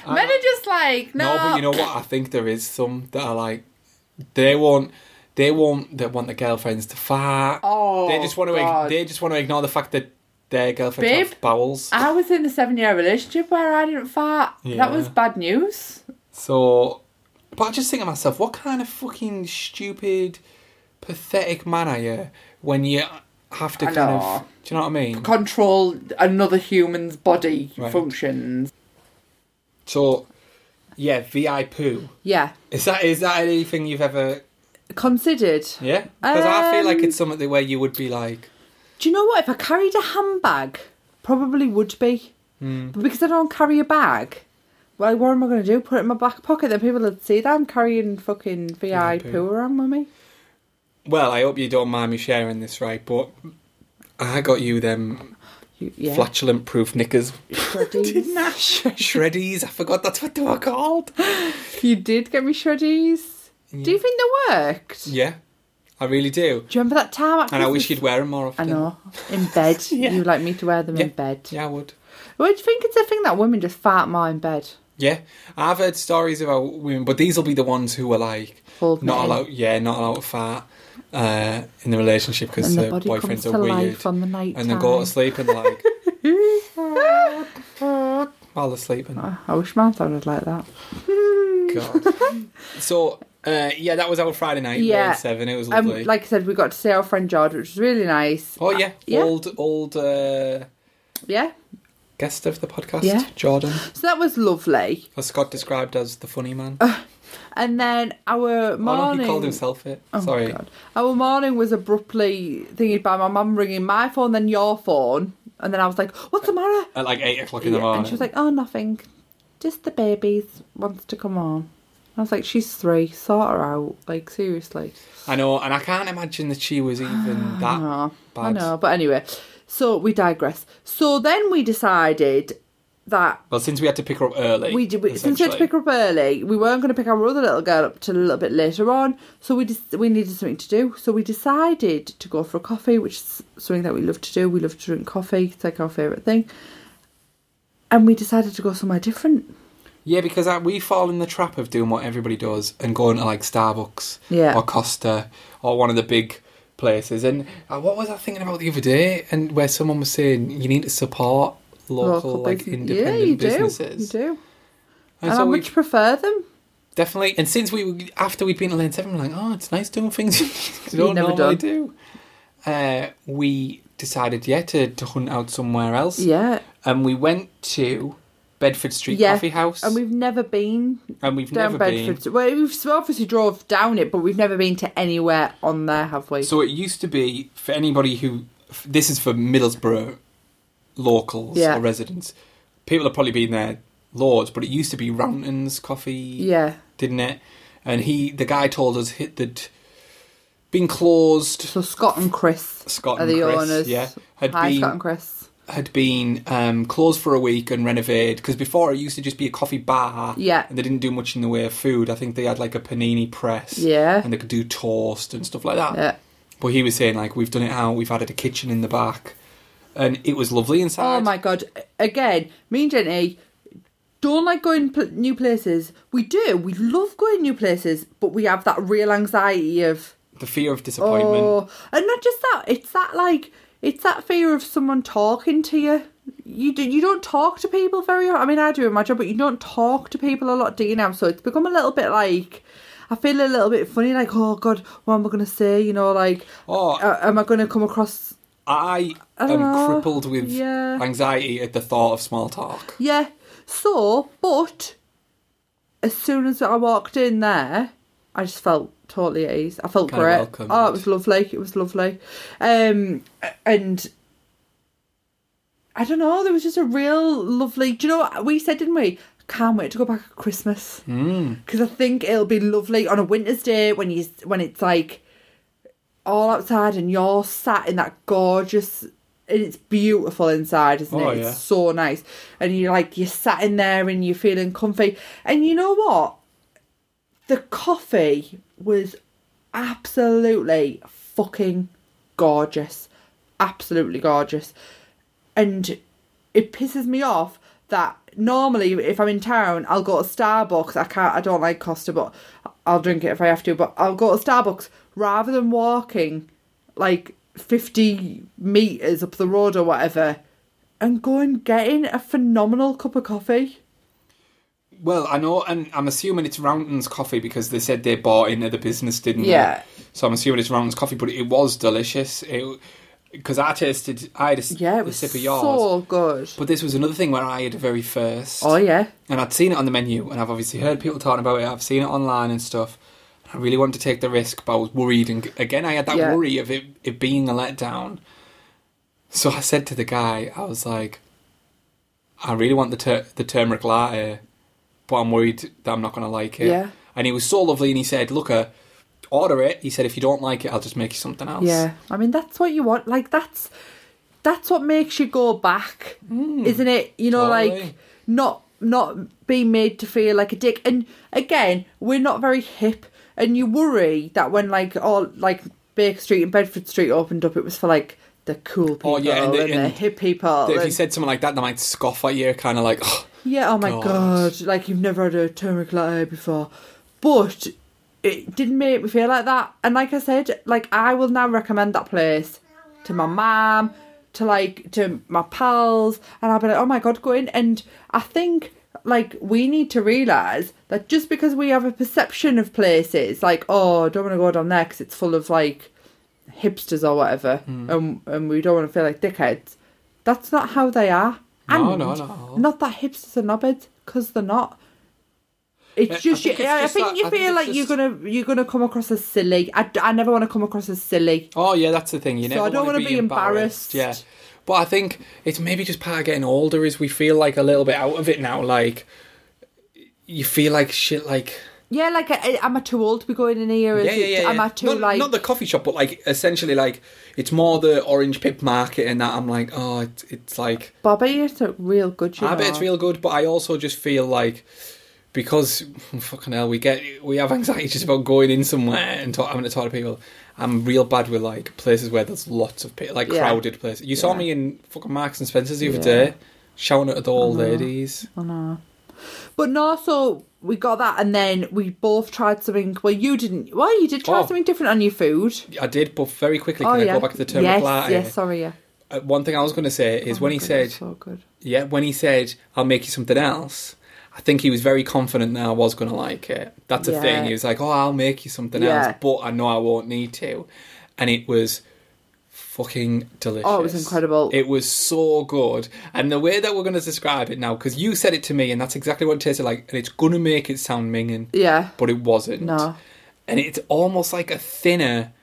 S3: Men are just like no.
S2: No, but you know what? I think there is some that are like they want they want they want their girlfriends to fart.
S3: Oh,
S2: they just want to
S3: God.
S2: they just want to ignore the fact that their girlfriends
S3: Babe.
S2: have bowels.
S3: I was in a seven-year relationship where I didn't fart.
S2: Yeah.
S3: That was bad news.
S2: So, but I just think to myself, what kind of fucking stupid, pathetic man are you when you have to
S3: I
S2: kind
S3: know.
S2: of? Do you know what I mean?
S3: control another human's body
S2: Right.
S3: functions.
S2: So, yeah, vi poo.
S3: Yeah.
S2: Is that is that anything you've ever?
S3: Considered.
S2: Yeah, because I feel like
S3: Um,
S2: it's something where you would be like.
S3: Do you know what? If I carried a handbag, probably would be.
S2: Hmm.
S3: But because I don't carry a bag, well, what am I going to do? Put it in my back pocket? Then people would see that I'm carrying fucking VI
S2: poo.
S3: poo around with me.
S2: Well, I hope you don't mind me sharing this, right? But I got you them
S3: You- yeah.
S2: flatulent proof
S3: [LAUGHS]
S2: knickers.
S3: Shreddies.
S2: Didn't I? Sh- Shreddies. I forgot that's what they were called.
S3: [LAUGHS] You did get me shreddies. Do you think they worked?
S2: Yeah, I really do.
S3: Do you remember that time? at
S2: And I wish
S3: Christmas?
S2: you'd wear them more
S3: [LAUGHS] I
S2: often.
S3: know. In [LAUGHS] bed. You like me to wear them
S2: Yeah.
S3: in bed.
S2: Yeah, I would.
S3: Well, do you think it's a thing that women just fart more in bed?
S2: Yeah, I've heard stories about women, but these will be the ones who were like
S3: Hold
S2: not
S3: me.
S2: allowed. Yeah, not allowed to fart uh, in the relationship because
S3: And the
S2: their
S3: body comes
S2: boyfriends
S3: to
S2: are weird,
S3: life on the night
S2: and then go
S3: time.
S2: to sleep and
S3: [LAUGHS]
S2: like while they're sleeping.
S3: I wish mine sounded like that.
S2: God.
S3: [LAUGHS]
S2: So uh, yeah, that was our Friday night.
S3: Yeah.
S2: Yeah, seven. It was
S3: Um,
S2: lovely.
S3: like I said, we got to see our friend George, which was really nice.
S2: oh yeah,
S3: yeah.
S2: old old uh,
S3: Yeah.
S2: guest of the podcast,
S3: Yeah.
S2: Jordan,
S3: So that was lovely.
S2: as Scott described as the funny man.
S3: And then our
S2: Oh
S3: Uh, morning.
S2: no, he called himself it.
S3: Oh,
S2: Sorry.
S3: God. Our morning was abruptly thingy by my mum ringing my phone, then your phone. And then I was like, what's the matter?
S2: At like eight o'clock in the
S3: Yeah,
S2: morning.
S3: and she was like, "Oh, nothing. Just the babies wants to come on." I was like, "She's three. Sort her out. Like seriously."
S2: I know, and I can't imagine that she
S3: [SIGHS]
S2: was even that
S3: No,
S2: bad.
S3: I know. But anyway, so we digress. So then we decided that
S2: Well, since we had to pick her up early,
S3: we did. We, since we had to
S2: essentially.
S3: pick her up early, we weren't going to pick our other little girl up till a little bit later on. So we just we needed something to do. So we decided to go for a coffee, which is something that we love to do. We love to drink coffee. It's like our favourite thing. And we decided to go somewhere different.
S2: yeah, because uh we fall in the trap of doing what everybody does and going to like Starbucks
S3: Yeah.
S2: or Costa or one of the big places. And uh, what was I thinking about the other day? And where someone was saying you need to support local, like
S3: busi-
S2: independent
S3: yeah, you
S2: businesses.
S3: Do. You do.
S2: And,
S3: And,
S2: so
S3: I
S2: we
S3: much prefer them.
S2: definitely. And since we after we'd been to Lane Seven, we're like, oh, it's nice doing things [LAUGHS] you don't
S3: never
S2: normally
S3: done.
S2: do. Uh, we decided, yeah, to, to hunt out somewhere else.
S3: Yeah.
S2: and we went to Bedford Street
S3: Yeah.
S2: Coffee House,
S3: And we've never been
S2: and we've
S3: down
S2: never
S3: Bedford. Well, we've so obviously drove down it, but we've never been to anywhere on there, have we?
S2: been. So it used to be for anybody who f- this is for Middlesbrough locals
S3: Yeah.
S2: or residents. People have probably been there lords, but it used to be Ranton's Coffee,
S3: yeah.
S2: didn't it? And he, the guy, told us hit that been closed.
S3: So Scott and Chris
S2: Scott
S3: are
S2: and
S3: the
S2: Chris,
S3: owners.
S2: yeah, had
S3: Hi,
S2: been
S3: Scott and Chris.
S2: had been um, closed for a week and renovated because before it used to just be a coffee bar.
S3: Yeah.
S2: And they didn't do much in the way of food. I think they had like a panini press.
S3: Yeah.
S2: And they could do toast and stuff like that.
S3: Yeah.
S2: But he was saying like we've done it out. We've added a kitchen in the back, and it was lovely inside.
S3: Oh my god! Again, me and Jenny don't like going pl- new places. We do. We love going new places, but we have that real anxiety of
S2: The fear of disappointment.
S3: Oh, and not just that. It's that like it's that fear of someone talking to you. You do, you don't talk to people very. I mean, I do in my job, but you don't talk to people a lot, do you now? So it's become a little bit like. I feel a little bit funny, like, oh God, what am I going to say? You know, like,
S2: Oh.
S3: a- am I going to come across.
S2: I
S3: I
S2: am
S3: don't know.
S2: crippled with
S3: oh, Yeah.
S2: anxiety at the thought of small talk.
S3: Yeah. So, but as soon as I walked in there, I just felt totally at ease. I felt
S2: Kinda
S3: great.
S2: welcomed.
S3: Oh, it was lovely. It was lovely. Um, and I don't know. There was just a real lovely. Do you know what we said, didn't we? Can't wait to go back at Christmas because I think it'll be lovely on a winter's day when you when it's like all outside and you're sat in that gorgeous. And it's beautiful inside, isn't
S2: Oh,
S3: it?
S2: yeah.
S3: It's so nice, and you're like you're sat in there and you're feeling comfy. And you know what? The coffee was absolutely fucking gorgeous. Absolutely gorgeous. And it pisses me off that normally if I'm in town I'll go to Starbucks. I can't I don't like Costa but I'll drink it if I have to, but I'll go to Starbucks rather than walking like fifty metres up the road or whatever and go and getting a phenomenal cup of coffee.
S2: Well, I know, and I'm assuming it's Rounton's coffee because they said they bought into the business, didn't they?
S3: Yeah.
S2: So I'm assuming it's Rounton's coffee, but it was delicious. Because I tasted, I had a, s-
S3: Yeah, it
S2: a
S3: was
S2: sip of yours.
S3: so good.
S2: But this was another thing where I had the very first.
S3: Oh yeah.
S2: And I'd seen it on the menu, and I've obviously heard people talking about it. I've seen it online and stuff. I really wanted to take the risk, but I was worried. And again, I had that
S3: Yeah.
S2: worry of it, it being a letdown. So I said to the guy, I was like, I really want the tur- the turmeric latte, but I'm worried that I'm not going to like it.
S3: Yeah.
S2: And he was so lovely, and he said, "Look, uh, order it." He said, "If you don't like it, I'll just make you something else."
S3: Yeah, I mean that's what you want. Like that's that's what makes you go back, isn't it? You know, like
S2: Hmm. Totally.
S3: not not being made to feel like a dick. And again, we're not very hip, and you worry that when like all like Baker Street and Bedford Street opened up, it was for like the cool people
S2: Oh, yeah, and
S3: and,
S2: the-
S3: the,
S2: and
S3: hip people.
S2: If you
S3: and-
S2: said something like that, they might scoff at you, kind of like, [LAUGHS] oh,
S3: yeah, oh my
S2: God.
S3: god. like you've never had a turmeric latte before. But it didn't make me feel like that. And like I said, like I will now recommend that place to my mum, to like to my pals, and I'll be like, oh my god, go in. And I think like we need to realise that just because we have a perception of places, like oh, I don't want to go down there because it's full of like hipsters or whatever, and and we don't want to feel like dickheads. That's not how they are.
S2: No,
S3: And
S2: no, not at all.
S3: Not that hipsters are knobheads, because they're not. It's
S2: Yeah, I
S3: just,
S2: think
S3: you,
S2: it's
S3: I
S2: just
S3: think
S2: that-
S3: you
S2: I think
S3: feel
S2: it's
S3: like you're
S2: just-
S3: gonna you're gonna come across as silly. I, d- I never want to come across as silly.
S2: oh yeah, that's the thing. You
S3: So
S2: never
S3: I don't
S2: want to
S3: wanna be embarrassed.
S2: Yeah, but I think it's maybe just part of getting older is we feel like a little bit out of it now. Like you feel like shit. Like
S3: Yeah, like I, I- am I too old to be going in here? Is
S2: yeah, yeah,
S3: it-
S2: yeah. yeah.
S3: Am I too
S2: not,
S3: like?
S2: not the coffee shop, but like essentially like it's more the orange pip market and that. I'm like, oh, it, it's like
S3: Bob, I used to real good. You
S2: I
S3: know.
S2: bet it's real good, but I also just feel like because fucking hell, we get we have anxiety just about going in somewhere and talk, having to talk to people. I'm real bad with like places where there's lots of people, like
S3: Yeah.
S2: crowded places. You saw
S3: Yeah.
S2: me in fucking Marks and Spencers the other
S3: Yeah.
S2: day, shouting at the old ladies.
S3: I know. But no, so we got that, and then we both tried something. Well, you didn't. Well, you did try
S2: Oh.
S3: something different on your food.
S2: I did, but very quickly. Can
S3: oh
S2: I
S3: yeah.
S2: go back to the term
S3: yes,
S2: of latte?
S3: yes. Sorry, yeah.
S2: Uh, One thing I was going to say is
S3: Oh
S2: when
S3: my
S2: he
S3: God,
S2: said,
S3: so good.
S2: "Yeah," when he said, "I'll make you something else." I think he was very confident that I was going to like it. That's a
S3: Yeah.
S2: thing. He was like, "Oh, I'll make you something
S3: Yeah.
S2: else, but I know I won't need to," and it was fucking delicious.
S3: Oh, it was incredible.
S2: It was so good, and the way that we're going to describe it now, because you said it to me, and that's exactly what it tasted like, and it's going to make it sound minging,
S3: Yeah.
S2: but it wasn't.
S3: No.
S2: and it's almost like a thinner.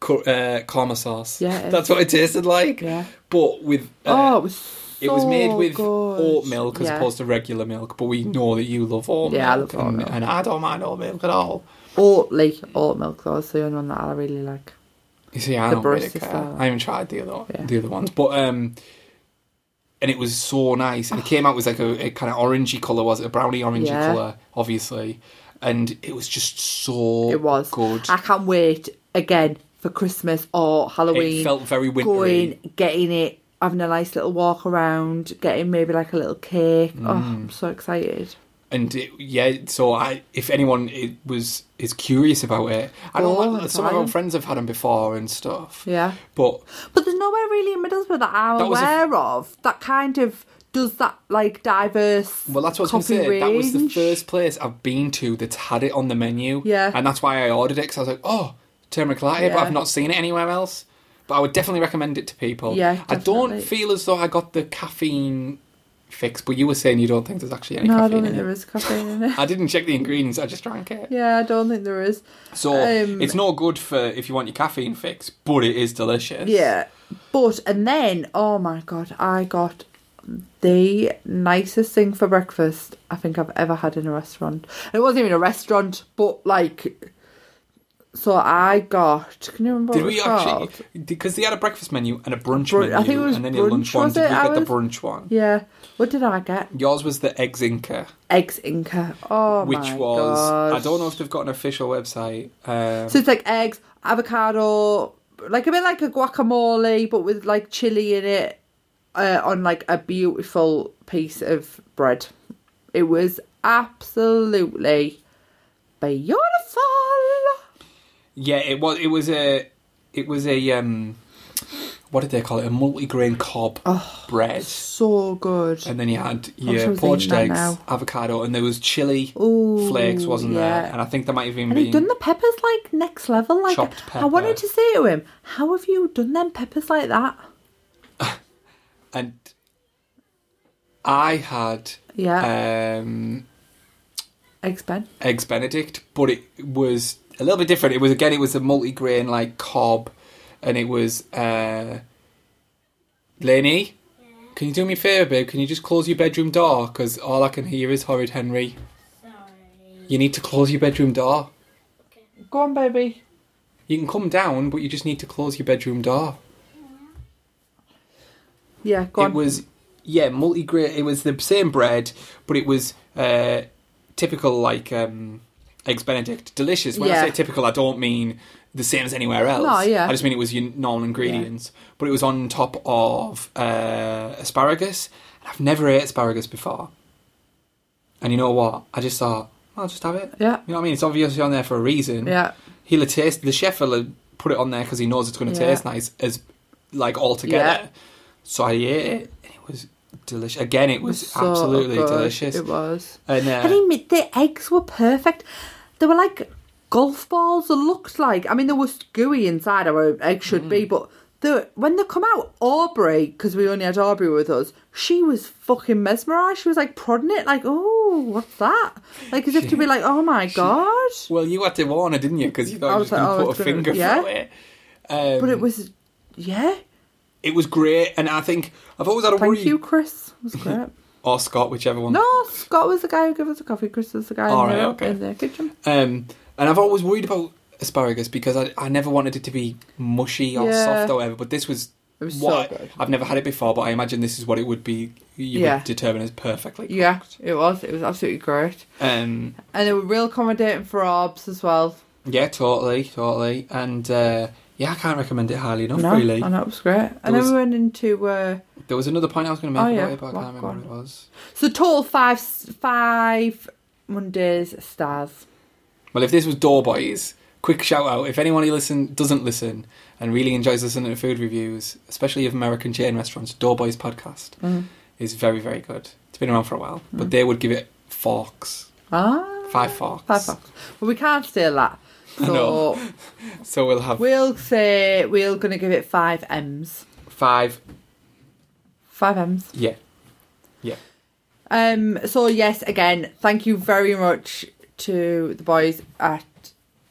S2: cur- Uh, karma sauce.
S3: Yeah, it is.
S2: that's what it tasted like.
S3: Yeah.
S2: But with uh,
S3: oh, it was.
S2: it was made
S3: so
S2: with
S3: good.
S2: oat milk as
S3: Oh, yeah.
S2: opposed to regular milk, but we know that you love oat
S3: Yeah, I
S2: milk.
S3: love oat
S2: and,
S3: milk.
S2: and I don't mind oat milk at all.
S3: Oatly, oat milk though, is the only one that I really like.
S2: You see, I
S3: The
S2: don't really
S3: barista
S2: care.
S3: style.
S2: I haven't tried the other
S3: Yeah.
S2: the other ones, but um, and it was so nice. And it came out with like a, a kind of orangey color, was it a brownie orangey
S3: Yeah.
S2: color, obviously, and it was just so
S3: It was
S2: Oh, good.
S3: I can't wait again for Christmas or Halloween.
S2: It felt very wintry.
S3: Going, getting it, having a nice little walk around, getting maybe like a little cake. Oh,
S2: Mm.
S3: I'm so excited.
S2: and it, yeah, so I, if anyone it was is curious about it, I don't
S3: Go
S2: like
S3: and
S2: some of
S3: try
S2: our
S3: 'em.
S2: friends have had them before and stuff.
S3: Yeah.
S2: but
S3: But there's nowhere really in Middlesbrough that I'm
S2: That was a-
S3: aware of that kind of does that like diverse.
S2: Well, that's what I was
S3: coffee
S2: going to say. That was the
S3: range.
S2: first place I've been to that's had it on the menu.
S3: Yeah.
S2: And that's why I ordered it because I was like, oh, turmeric latte, but
S3: Yeah.
S2: I've not seen it anywhere else. But I would definitely recommend it to people.
S3: Yeah,
S2: I don't
S3: definitely.
S2: feel as though I got the caffeine fix, but you were saying you don't think there's actually any
S3: No, I
S2: caffeine
S3: don't think
S2: in
S3: there
S2: it.
S3: is caffeine in it. [LAUGHS]
S2: I didn't check the ingredients, I just drank it.
S3: yeah, I don't think there is.
S2: So
S3: Um,
S2: it's no good for if you want your caffeine fix, but it is delicious.
S3: Yeah. But, and then, oh my God, I got the nicest thing for breakfast I think I've ever had in a restaurant. And it wasn't even a restaurant, but like. So I got. Can you remember
S2: Did
S3: what
S2: we
S3: it was
S2: actually?
S3: called?
S2: Because they had a breakfast menu and a brunch
S3: Brun-
S2: menu,
S3: I think it was
S2: and then your lunch
S3: brunch,
S2: one.
S3: was
S2: Did
S3: it?
S2: we
S3: I
S2: get the
S3: was-
S2: brunch one?
S3: Yeah. What did I get?
S2: Yours was the eggs Inca.
S3: Eggs Inca. Oh
S2: which
S3: my
S2: was I
S3: gosh.
S2: don't know if they've got an official website. Um,
S3: So it's like eggs, avocado, like a bit like a guacamole, but with like chili in it, uh, on like a beautiful piece of bread. It was absolutely beautiful.
S2: yeah, it was. It was a. It was a. Um, what did they call it? A multi-grain cob bread,
S3: So good.
S2: and then you had
S3: Oh. sure
S2: your
S3: it's
S2: poached
S3: eating
S2: eggs,
S3: that now.
S2: avocado, and there was chili
S3: Ooh,
S2: flakes, wasn't
S3: yeah.
S2: there? And I think there might have even
S3: And he'd done
S2: been.
S3: the peppers like next level. Like
S2: Chopped
S3: I wanted
S2: pepper.
S3: to say to him, "How have you done them peppers like that?"
S2: And I had
S3: Yeah,
S2: um,
S3: eggs Ben.
S2: eggs Benedict, but it was a little bit different. It was again, it was a multi-grain like cob, and it was uh, Lainey. Can you do me a favour, babe? Can you just close your bedroom door? Because all I can hear is horrid Henry.
S4: Sorry.
S2: You need to close your bedroom door.
S3: Go on, baby.
S2: You can come down, but you just need to close your bedroom door.
S3: Yeah, go on.
S2: it was yeah multi grain. It was the same bread, but it was uh, typical like um, eggs Benedict, delicious. When
S3: Yeah.
S2: I say typical, I don't mean the same as anywhere else.
S3: No, yeah.
S2: I just mean it was your normal ingredients, but it was on top of uh, asparagus. And I've never ate asparagus before, and you know what? I just thought I'll just have it.
S3: yeah,
S2: You know what I mean? It's obviously on there for a reason.
S3: yeah,
S2: He'll taste the chef will put it on there because he knows it's going to
S3: Yeah.
S2: taste nice as like all together.
S3: Yeah.
S2: So I ate it and it was delicious. Again, it was
S3: So
S2: absolutely
S3: good.
S2: delicious.
S3: It was.
S2: and
S3: Can
S2: uh,
S3: you admit the eggs were perfect? They were like golf balls. They looked like I mean they were gooey inside, or an egg should be, but the when they come out, Aubrey because we only had Aubrey with us. She was fucking mesmerised. She was like prodding it, like oh, what's that? Like as if to be like, oh my god.
S2: well, you had to warn her, didn't you? Because you thought
S3: I
S2: you
S3: was
S2: was going
S3: like,
S2: to put
S3: oh,
S2: a
S3: it's gonna-
S2: finger
S3: yeah.
S2: through it. Um,
S3: But it was, yeah.
S2: it was great, and I think I've always had a
S3: Thank
S2: worry.
S3: you, Chris. It was [LAUGHS] great.
S2: Or Scott, whichever one.
S3: No, Scott was the guy who gave us the coffee. Chris was the guy
S2: All
S3: in,
S2: right,
S3: the,
S2: okay.
S3: in the kitchen.
S2: Um, and I've always worried about asparagus because I, I never wanted it to be mushy or
S3: Yeah.
S2: soft or whatever. But this was,
S3: It was so
S2: what
S3: good.
S2: I've never had it before, but I imagine this is what it would be. You
S3: Yeah.
S2: would determine as perfectly.
S3: Yeah, it was. It was absolutely great.
S2: Um,
S3: And they were real accommodating for Orbs as well.
S2: yeah, totally, totally. And uh, yeah, I can't recommend it highly enough.
S3: No,
S2: really,
S3: I know it was great. And then
S2: was-
S3: we went into uh,
S2: there was another point I was going to
S3: Oh,
S2: make about
S3: yeah.
S2: it, but I
S3: Well,
S2: can't remember what
S3: go
S2: it was.
S3: so total five five Mondays stars.
S2: Well, if this was Doorboys, quick shout out. If anyone who listen doesn't listen and really enjoys listening to food reviews, especially of American chain restaurants, Doorboys podcast
S3: Mm-hmm.
S2: is very, very good. It's been around for a while, but they would give it forks,
S3: Ah,
S2: five forks.
S3: five bucks. Well, we can't
S2: [LAUGHS]
S3: steal that.
S2: know.
S3: So
S2: So we'll have
S3: we'll say we're gonna give it five M's.
S2: five.
S3: Five M's.
S2: Yeah, yeah.
S3: Um. So yes, again, thank you very much to the boys at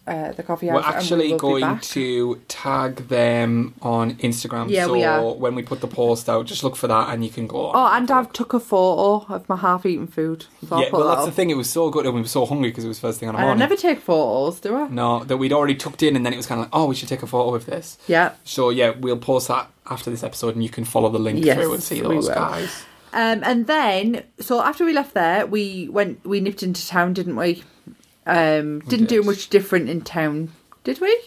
S3: uh, the coffee house.
S2: We're
S3: and we
S2: actually
S3: will be
S2: going
S3: back.
S2: to tag them on Instagram.
S3: Yeah,
S2: so
S3: we are.
S2: when we put the post out, just look for that and you can go.
S3: Oh, and I've took a photo of my half-eaten food. So I'll
S2: yeah,
S3: put
S2: well,
S3: that
S2: that's
S3: up.
S2: the thing. It was so good, and we were so hungry because it was first thing on the
S3: And I
S2: morning.
S3: never take photos, do I?
S2: No, that we'd already tucked in, and then it was kind of like, oh, we should take a photo of this.
S3: Yeah.
S2: So yeah, we'll post that after this episode, and you can follow the link
S3: Yes,
S2: through and see
S3: we
S2: those
S3: will.
S2: guys.
S3: Um, and then, so after we left there, we went, we nipped into town, didn't we? Um, didn't do
S2: did.
S3: much different in town, did we?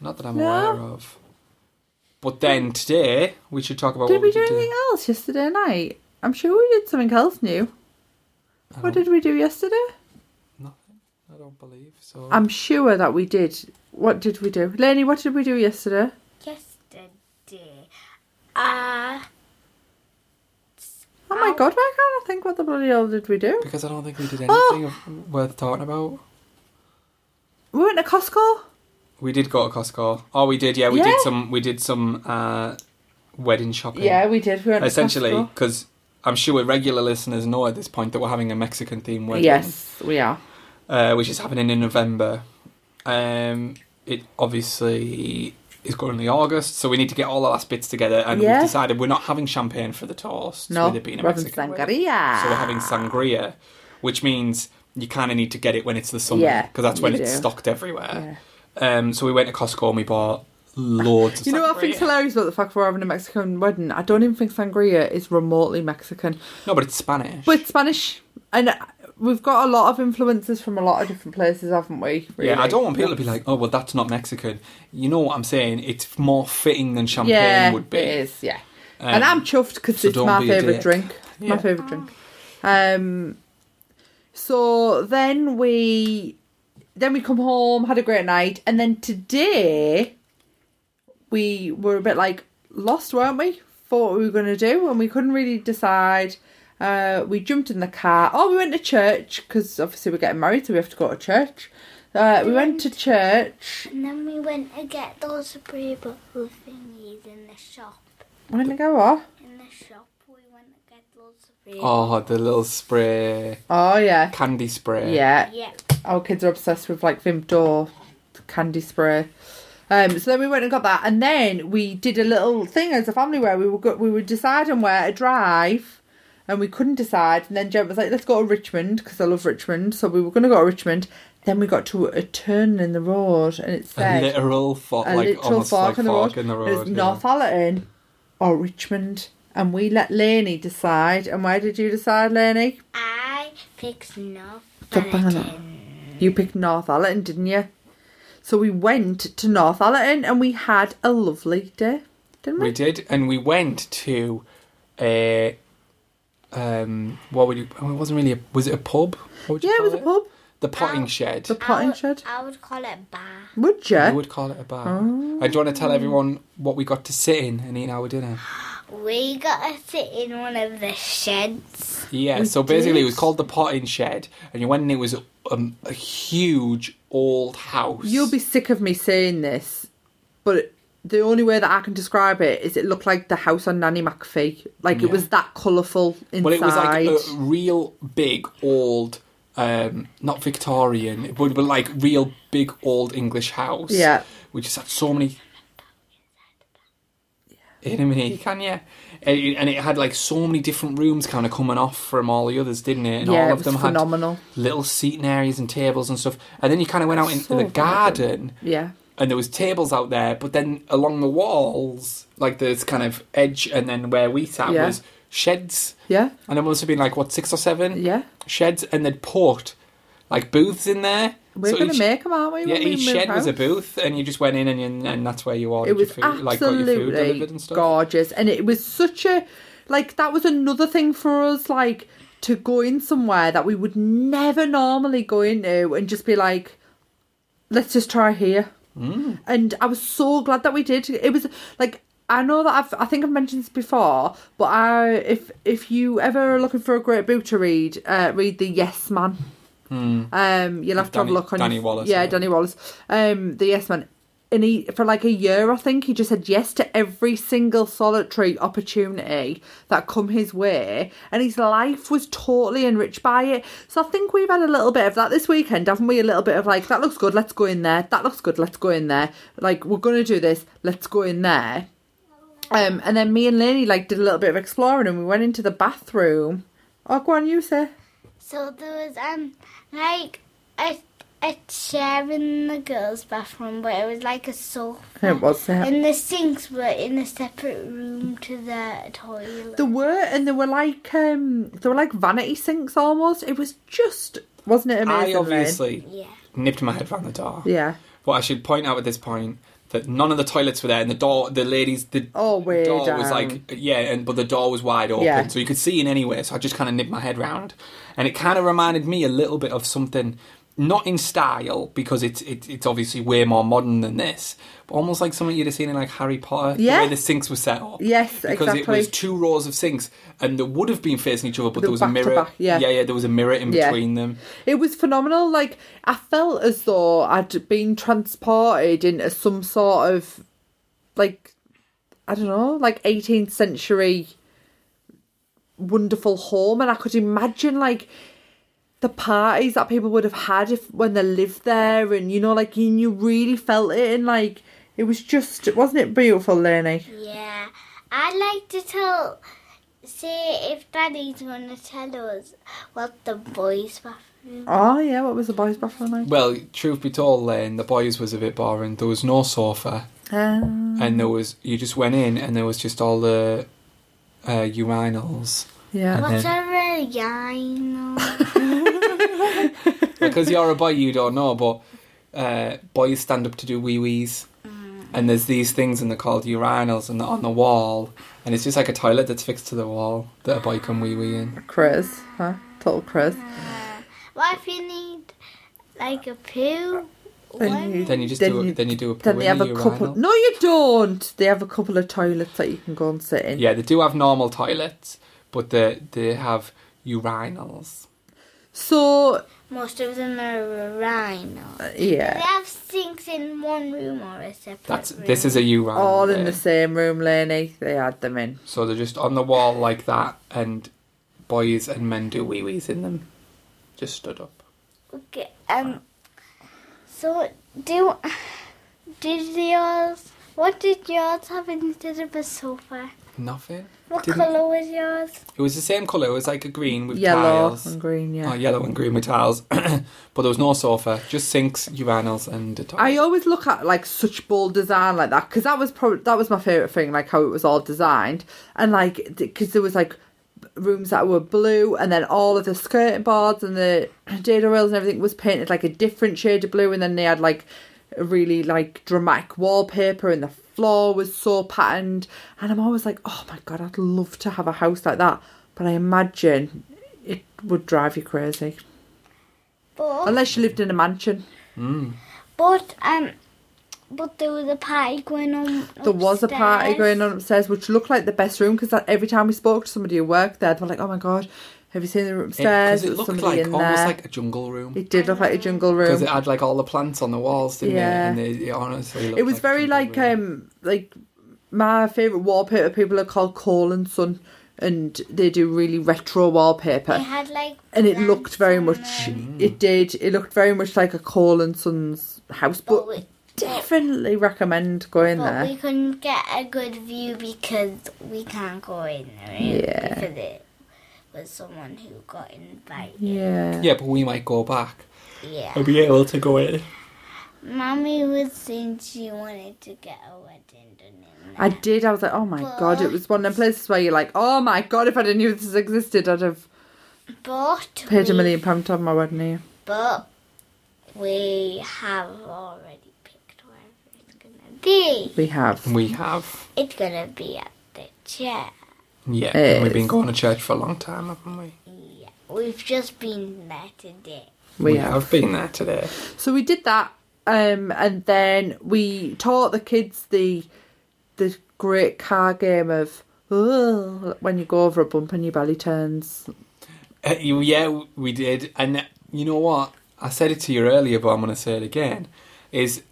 S2: Not that I'm
S3: No.
S2: aware of. But then today we should talk about
S3: Did
S2: what
S3: we
S2: we
S3: do
S2: did.
S3: anything else yesterday night? I'm sure we did something else new. What
S2: Oh.
S3: did we do yesterday?
S2: Nothing. I don't believe so.
S3: I'm sure that we did. What did we do, Lenny? What did we do yesterday?
S4: Yesterday, uh,
S3: Oh my god, why can't I think what the bloody hell did we do?
S2: because I don't think we did
S3: Oh.
S2: anything of, worth talking about.
S3: We went to Costco.
S2: We did go to Costco. Oh, we did. Yeah, we
S3: Yeah.
S2: did some. We did some uh, wedding shopping.
S3: Yeah, we did. We went
S2: essentially
S3: To Costco.
S2: because I'm sure regular listeners know at this point that we're having a Mexican theme wedding.
S3: Yes, we are.
S2: uh, which is happening in November. Um, it obviously is currently August, so we need to get all the last bits together. And
S3: Yeah.
S2: we've decided we're not having champagne for the toast.
S3: No,
S2: with it being a
S3: we're having
S2: Mexican
S3: sangria.
S2: wedding. So we're having sangria, which means you kind of need to get it when it's the summer,
S3: Yeah,
S2: because that's when
S3: you
S2: it's
S3: do.
S2: stocked everywhere. Um, so we went to Costco and we bought loads. of
S3: You know what I
S2: sangria.
S3: think's hilarious about the fact we're having a Mexican wedding? I don't even think sangria is remotely Mexican,
S2: No, but it's Spanish.
S3: but it's Spanish, and we've got a lot of influences from a lot of different places, haven't we? really?
S2: Yeah, I don't want people to be like, "Oh, well, that's not Mexican." You know what I'm saying? It's more fitting than champagne
S3: Yeah,
S2: would be.
S3: it is. Yeah, and I'm chuffed because
S2: Um, so
S3: it's
S2: don't
S3: my
S2: be a
S3: favourite
S2: dick.
S3: drink.
S2: Yeah.
S3: My favourite drink. Um, so then we, then we come home, had a great night, and then today we were a bit like lost, weren't we? For what we were going to do, and we couldn't really decide. Uh, we jumped in the car. Oh, we went to church because obviously we're getting married, so we have to go to church. Uh, we went to church.
S4: and then we went to get those pre-bottle thingies in the shop.
S3: Where did we go? Oh,
S4: In the shop, we went to get those pre.
S2: Oh, the little spray,
S3: oh yeah,
S2: candy spray.
S3: yeah.
S4: Yeah.
S3: our kids are obsessed with like Vimto candy spray. Um, so then we went and got that, and then we did a little thing as a family where we were go- we were deciding where to drive, and we couldn't decide. And then Jen was like, "Let's go to Richmond because I love Richmond." So we were going to go to Richmond. Then we got to a turn in the road, and it
S2: A
S3: said
S2: literal fork, like almost like fork in the road.
S3: and It's
S2: yeah.
S3: North Allerton or Richmond. and we let Laney decide. And where did you decide, Laney?
S4: I picked no
S3: The banner. You picked North Allerton, didn't you? So we went to North Allerton and we had a lovely day, didn't we?
S2: We did, and we went to a. Um, what would you? Oh, it wasn't really. A, was it a pub? What would you
S3: yeah, it
S2: call
S3: was a pub.
S2: The potting
S4: Oh,
S2: shed.
S3: The
S4: I
S3: potting
S4: would-
S3: shed.
S4: I would call it bar.
S3: Would
S2: I
S3: you?
S2: would call it a bar.
S3: Oh.
S2: And do you want to tell everyone what we got to sit in and eat our dinner?
S4: We got to sit in one of the sheds.
S2: Yeah,
S3: We
S2: so basically
S3: did.
S2: it was called the potting shed, and you went and it was um, a huge old house.
S3: You'll be sick of me saying this, but the only way that I can describe it is it looked like the house on Nanny McPhee. Like
S2: Yeah.
S3: it was that colourful inside.
S2: Well, it was like a real big old, um, not Victorian, but, but like real big old English house.
S3: Yeah.
S2: We just had so many. In a minute, can you? And it, and it had like so many different rooms kind of coming off from all the others, didn't it? And
S3: yeah,
S2: all
S3: it
S2: of
S3: was
S2: them had
S3: phenomenal.
S2: little seating areas and tables and stuff. And then you kind of went out into
S3: So
S2: the
S3: vibrant.
S2: garden,
S3: Yeah.
S2: and there was tables out there, but then along the walls, like this kind of edge, and then where we sat
S3: Yeah.
S2: was sheds.
S3: Yeah.
S2: And there must have been like what six or seven
S3: Yeah.
S2: sheds, and they'd put like booths in there.
S3: We're
S2: So
S3: going to
S2: each-
S3: make them, aren't we?
S2: Yeah,
S3: when we
S2: each
S3: move
S2: shed was a
S3: house?
S2: booth, and you just went in, and you, and that's where you ordered
S3: It was
S2: your food, like got your food
S3: absolutely
S2: delivered and stuff.
S3: gorgeous, and it was such a like that was another thing for us, like to go in somewhere that we would never normally go into, and just be like, let's just try here. Mm. And I was so glad that we did. It was like I know that I've I think I've mentioned this before, but I if if you ever are looking for a great book to read, uh, read the Yes Man. Um, you'll have to have a
S2: Danny-
S3: look on
S2: Danny Wallace,
S3: Yeah,
S2: yeah.
S3: Danny Wallace. Um, the Yes Man. And he, for like a year, I think, he just said yes to every single solitary opportunity that come his way, and his life was totally enriched by it. So I think we've had a little bit of that this weekend, haven't we? A little bit of like that looks good, let's go in there. That looks good, let's go in there. Like we're gonna do this, let's go in there. Um, and then me and Laney like did a little bit of exploring, and we went into the bathroom. Oh, go on, you say.
S4: So there was um like a a chair in the girls' bathroom, but it was like a sofa.
S3: It was uh, there.
S4: And the sinks were in a separate room to the toilet.
S3: There were, and there were like um, there were like vanity sinks almost. It was just, wasn't it amazing?
S2: I
S3: Lynn?
S2: obviously
S4: yeah.
S2: nipped my head round the door.
S3: yeah.
S2: But I should point out at this point that none of the toilets were there, and the door, the ladies, the
S3: Oh, way
S2: door was
S3: down.
S2: like yeah, and but the door was wide open,
S3: Yeah.
S2: so you could see in anywhere. So I just kind of nipped my head round, and it kind of reminded me a little bit of something. Not in style because it's it, it's obviously way more modern than this, but almost like something you'd have seen in like Harry Potter, the
S3: Yeah.
S2: way the sinks were set up.
S3: Yes,
S2: because it
S3: exactly.
S2: was two rows of sinks, and they would have been facing each other, but
S3: They
S2: there was
S3: were
S2: a
S3: back to
S2: mirror.
S3: back, yeah.
S2: yeah, there was a mirror in
S3: Yeah.
S2: between them.
S3: It was phenomenal. Like I felt as though I'd been transported into some sort of like I don't know, like eighteenth century wonderful home and I could imagine like the parties that people would have had if when they lived there and you know, like you, you really felt it and like it was just wasn't it beautiful, Lenny?
S4: Yeah, I'd like to tell, see if Daddy's going to tell us what the boys' bathroom.
S3: Oh yeah, what was the boys' bathroom like?
S2: Well, truth be told, then the boys was a bit boring. There was no sofa.
S3: Um,
S2: and there was you just went in and there was just all the uh, urinals
S3: yeah.
S2: Well-
S4: What's a vagina?
S2: because you're a boy you don't know but uh, boys stand up to do wee wees
S3: Mm.
S2: and there's these things and they're called urinals and they're on the wall and it's just like a toilet that's fixed to the wall that a boy can wee wee in
S3: Chris, huh? Total Chris.
S4: what if you need like a poo?
S3: Then you-
S2: then you just
S3: Then
S2: do a,
S3: you-
S2: then you do a poo
S3: Then they
S2: in
S3: have
S2: the
S3: a couple.
S2: urinal.
S3: No, you don't. They have a couple of toilets that you can go and sit in.
S2: yeah they do have normal toilets but they they have urinals
S3: So
S4: Most of them are urinals. They
S3: yeah,
S4: have sinks in one room or a separate
S2: that's
S4: room.
S2: this is a urinal
S3: all in
S2: there.
S3: the same room, Lenny. They had them in.
S2: So they're just on the wall like that, and boys and men do wee wees in them. Just stood up.
S4: Okay, um, so do did yours? What did yours have instead of a sofa?
S2: Nothing.
S4: What
S2: Didn't-
S4: colour was yours?
S2: It was the same colour. It was like a green with
S3: Yellow
S2: tiles.
S3: and green, yeah.
S2: Oh, yellow and green with tiles. [COUGHS] but there was no sofa, just sinks, urinals, and a toilet.
S3: I always look at like such bold design like that because that was probably that was my favorite thing, like how it was all designed and like because there was like rooms that were blue and then all of the skirting boards and the [CLEARS THROAT] data rails and everything was painted like a different shade of blue and then they had like a really like dramatic wallpaper and the floor was so patterned and I'm always like, oh my god, I'd love to have a house like that, but I imagine it would drive you crazy
S4: But,
S3: unless you lived in a mansion.
S4: but um, but there was a party going on.
S3: There was a party going on upstairs, which looked like the best room because every time we spoke to somebody who worked there, they were like, "Oh my god, have you seen the room
S2: Because
S3: upstairs?"
S2: it,
S3: There's
S2: looked
S3: somebody
S2: like
S3: in
S2: almost
S3: there."
S2: like a jungle room.
S3: it did look like a jungle room.
S2: Because it had like all the plants on the walls, didn't
S3: Yeah.
S2: it? And it, it honestly looked
S3: It was
S2: like a
S3: very
S2: jungle
S3: like
S2: room.
S3: um like my favorite wallpaper people are called Cole and Son, and they do really retro wallpaper.
S4: It had like.
S3: and it
S4: plants
S3: looked very
S4: on
S3: much
S4: them,
S3: it did it looked very much like a Cole and Son's house but
S4: But we,
S3: definitely recommend going
S4: but
S3: there
S4: we couldn't get a good view because we can't go in there. eh?
S3: Yeah.
S4: Because it was someone who got invited.
S3: yeah
S2: Yeah, but we might go back
S4: Yeah.
S2: and be able to go in.
S4: Mommy was saying she wanted to get a wedding done in there.
S3: I did. I was like, oh my god, it was one of them places where you're like, oh my god, if I'd have knew this existed, I'd have
S4: But
S3: paid a
S4: we-
S3: million pound to have my wedding here.
S4: But we have already picked where it's gonna be.
S3: We have.
S2: We have.
S4: It's gonna be at the chair.
S2: Yeah,
S3: It
S2: and we've been
S3: is.
S2: going to church for a long time, haven't we?
S4: Yeah, we've just been there today.
S3: We have.
S2: been there today.
S3: So we did that, um, and then we taught the kids the the great car game of "Ugh," when you go over a bump and your belly turns.
S2: Uh, you- yeah, we did. And uh, you know what? I said it to you earlier, but I'm going to say it again. Is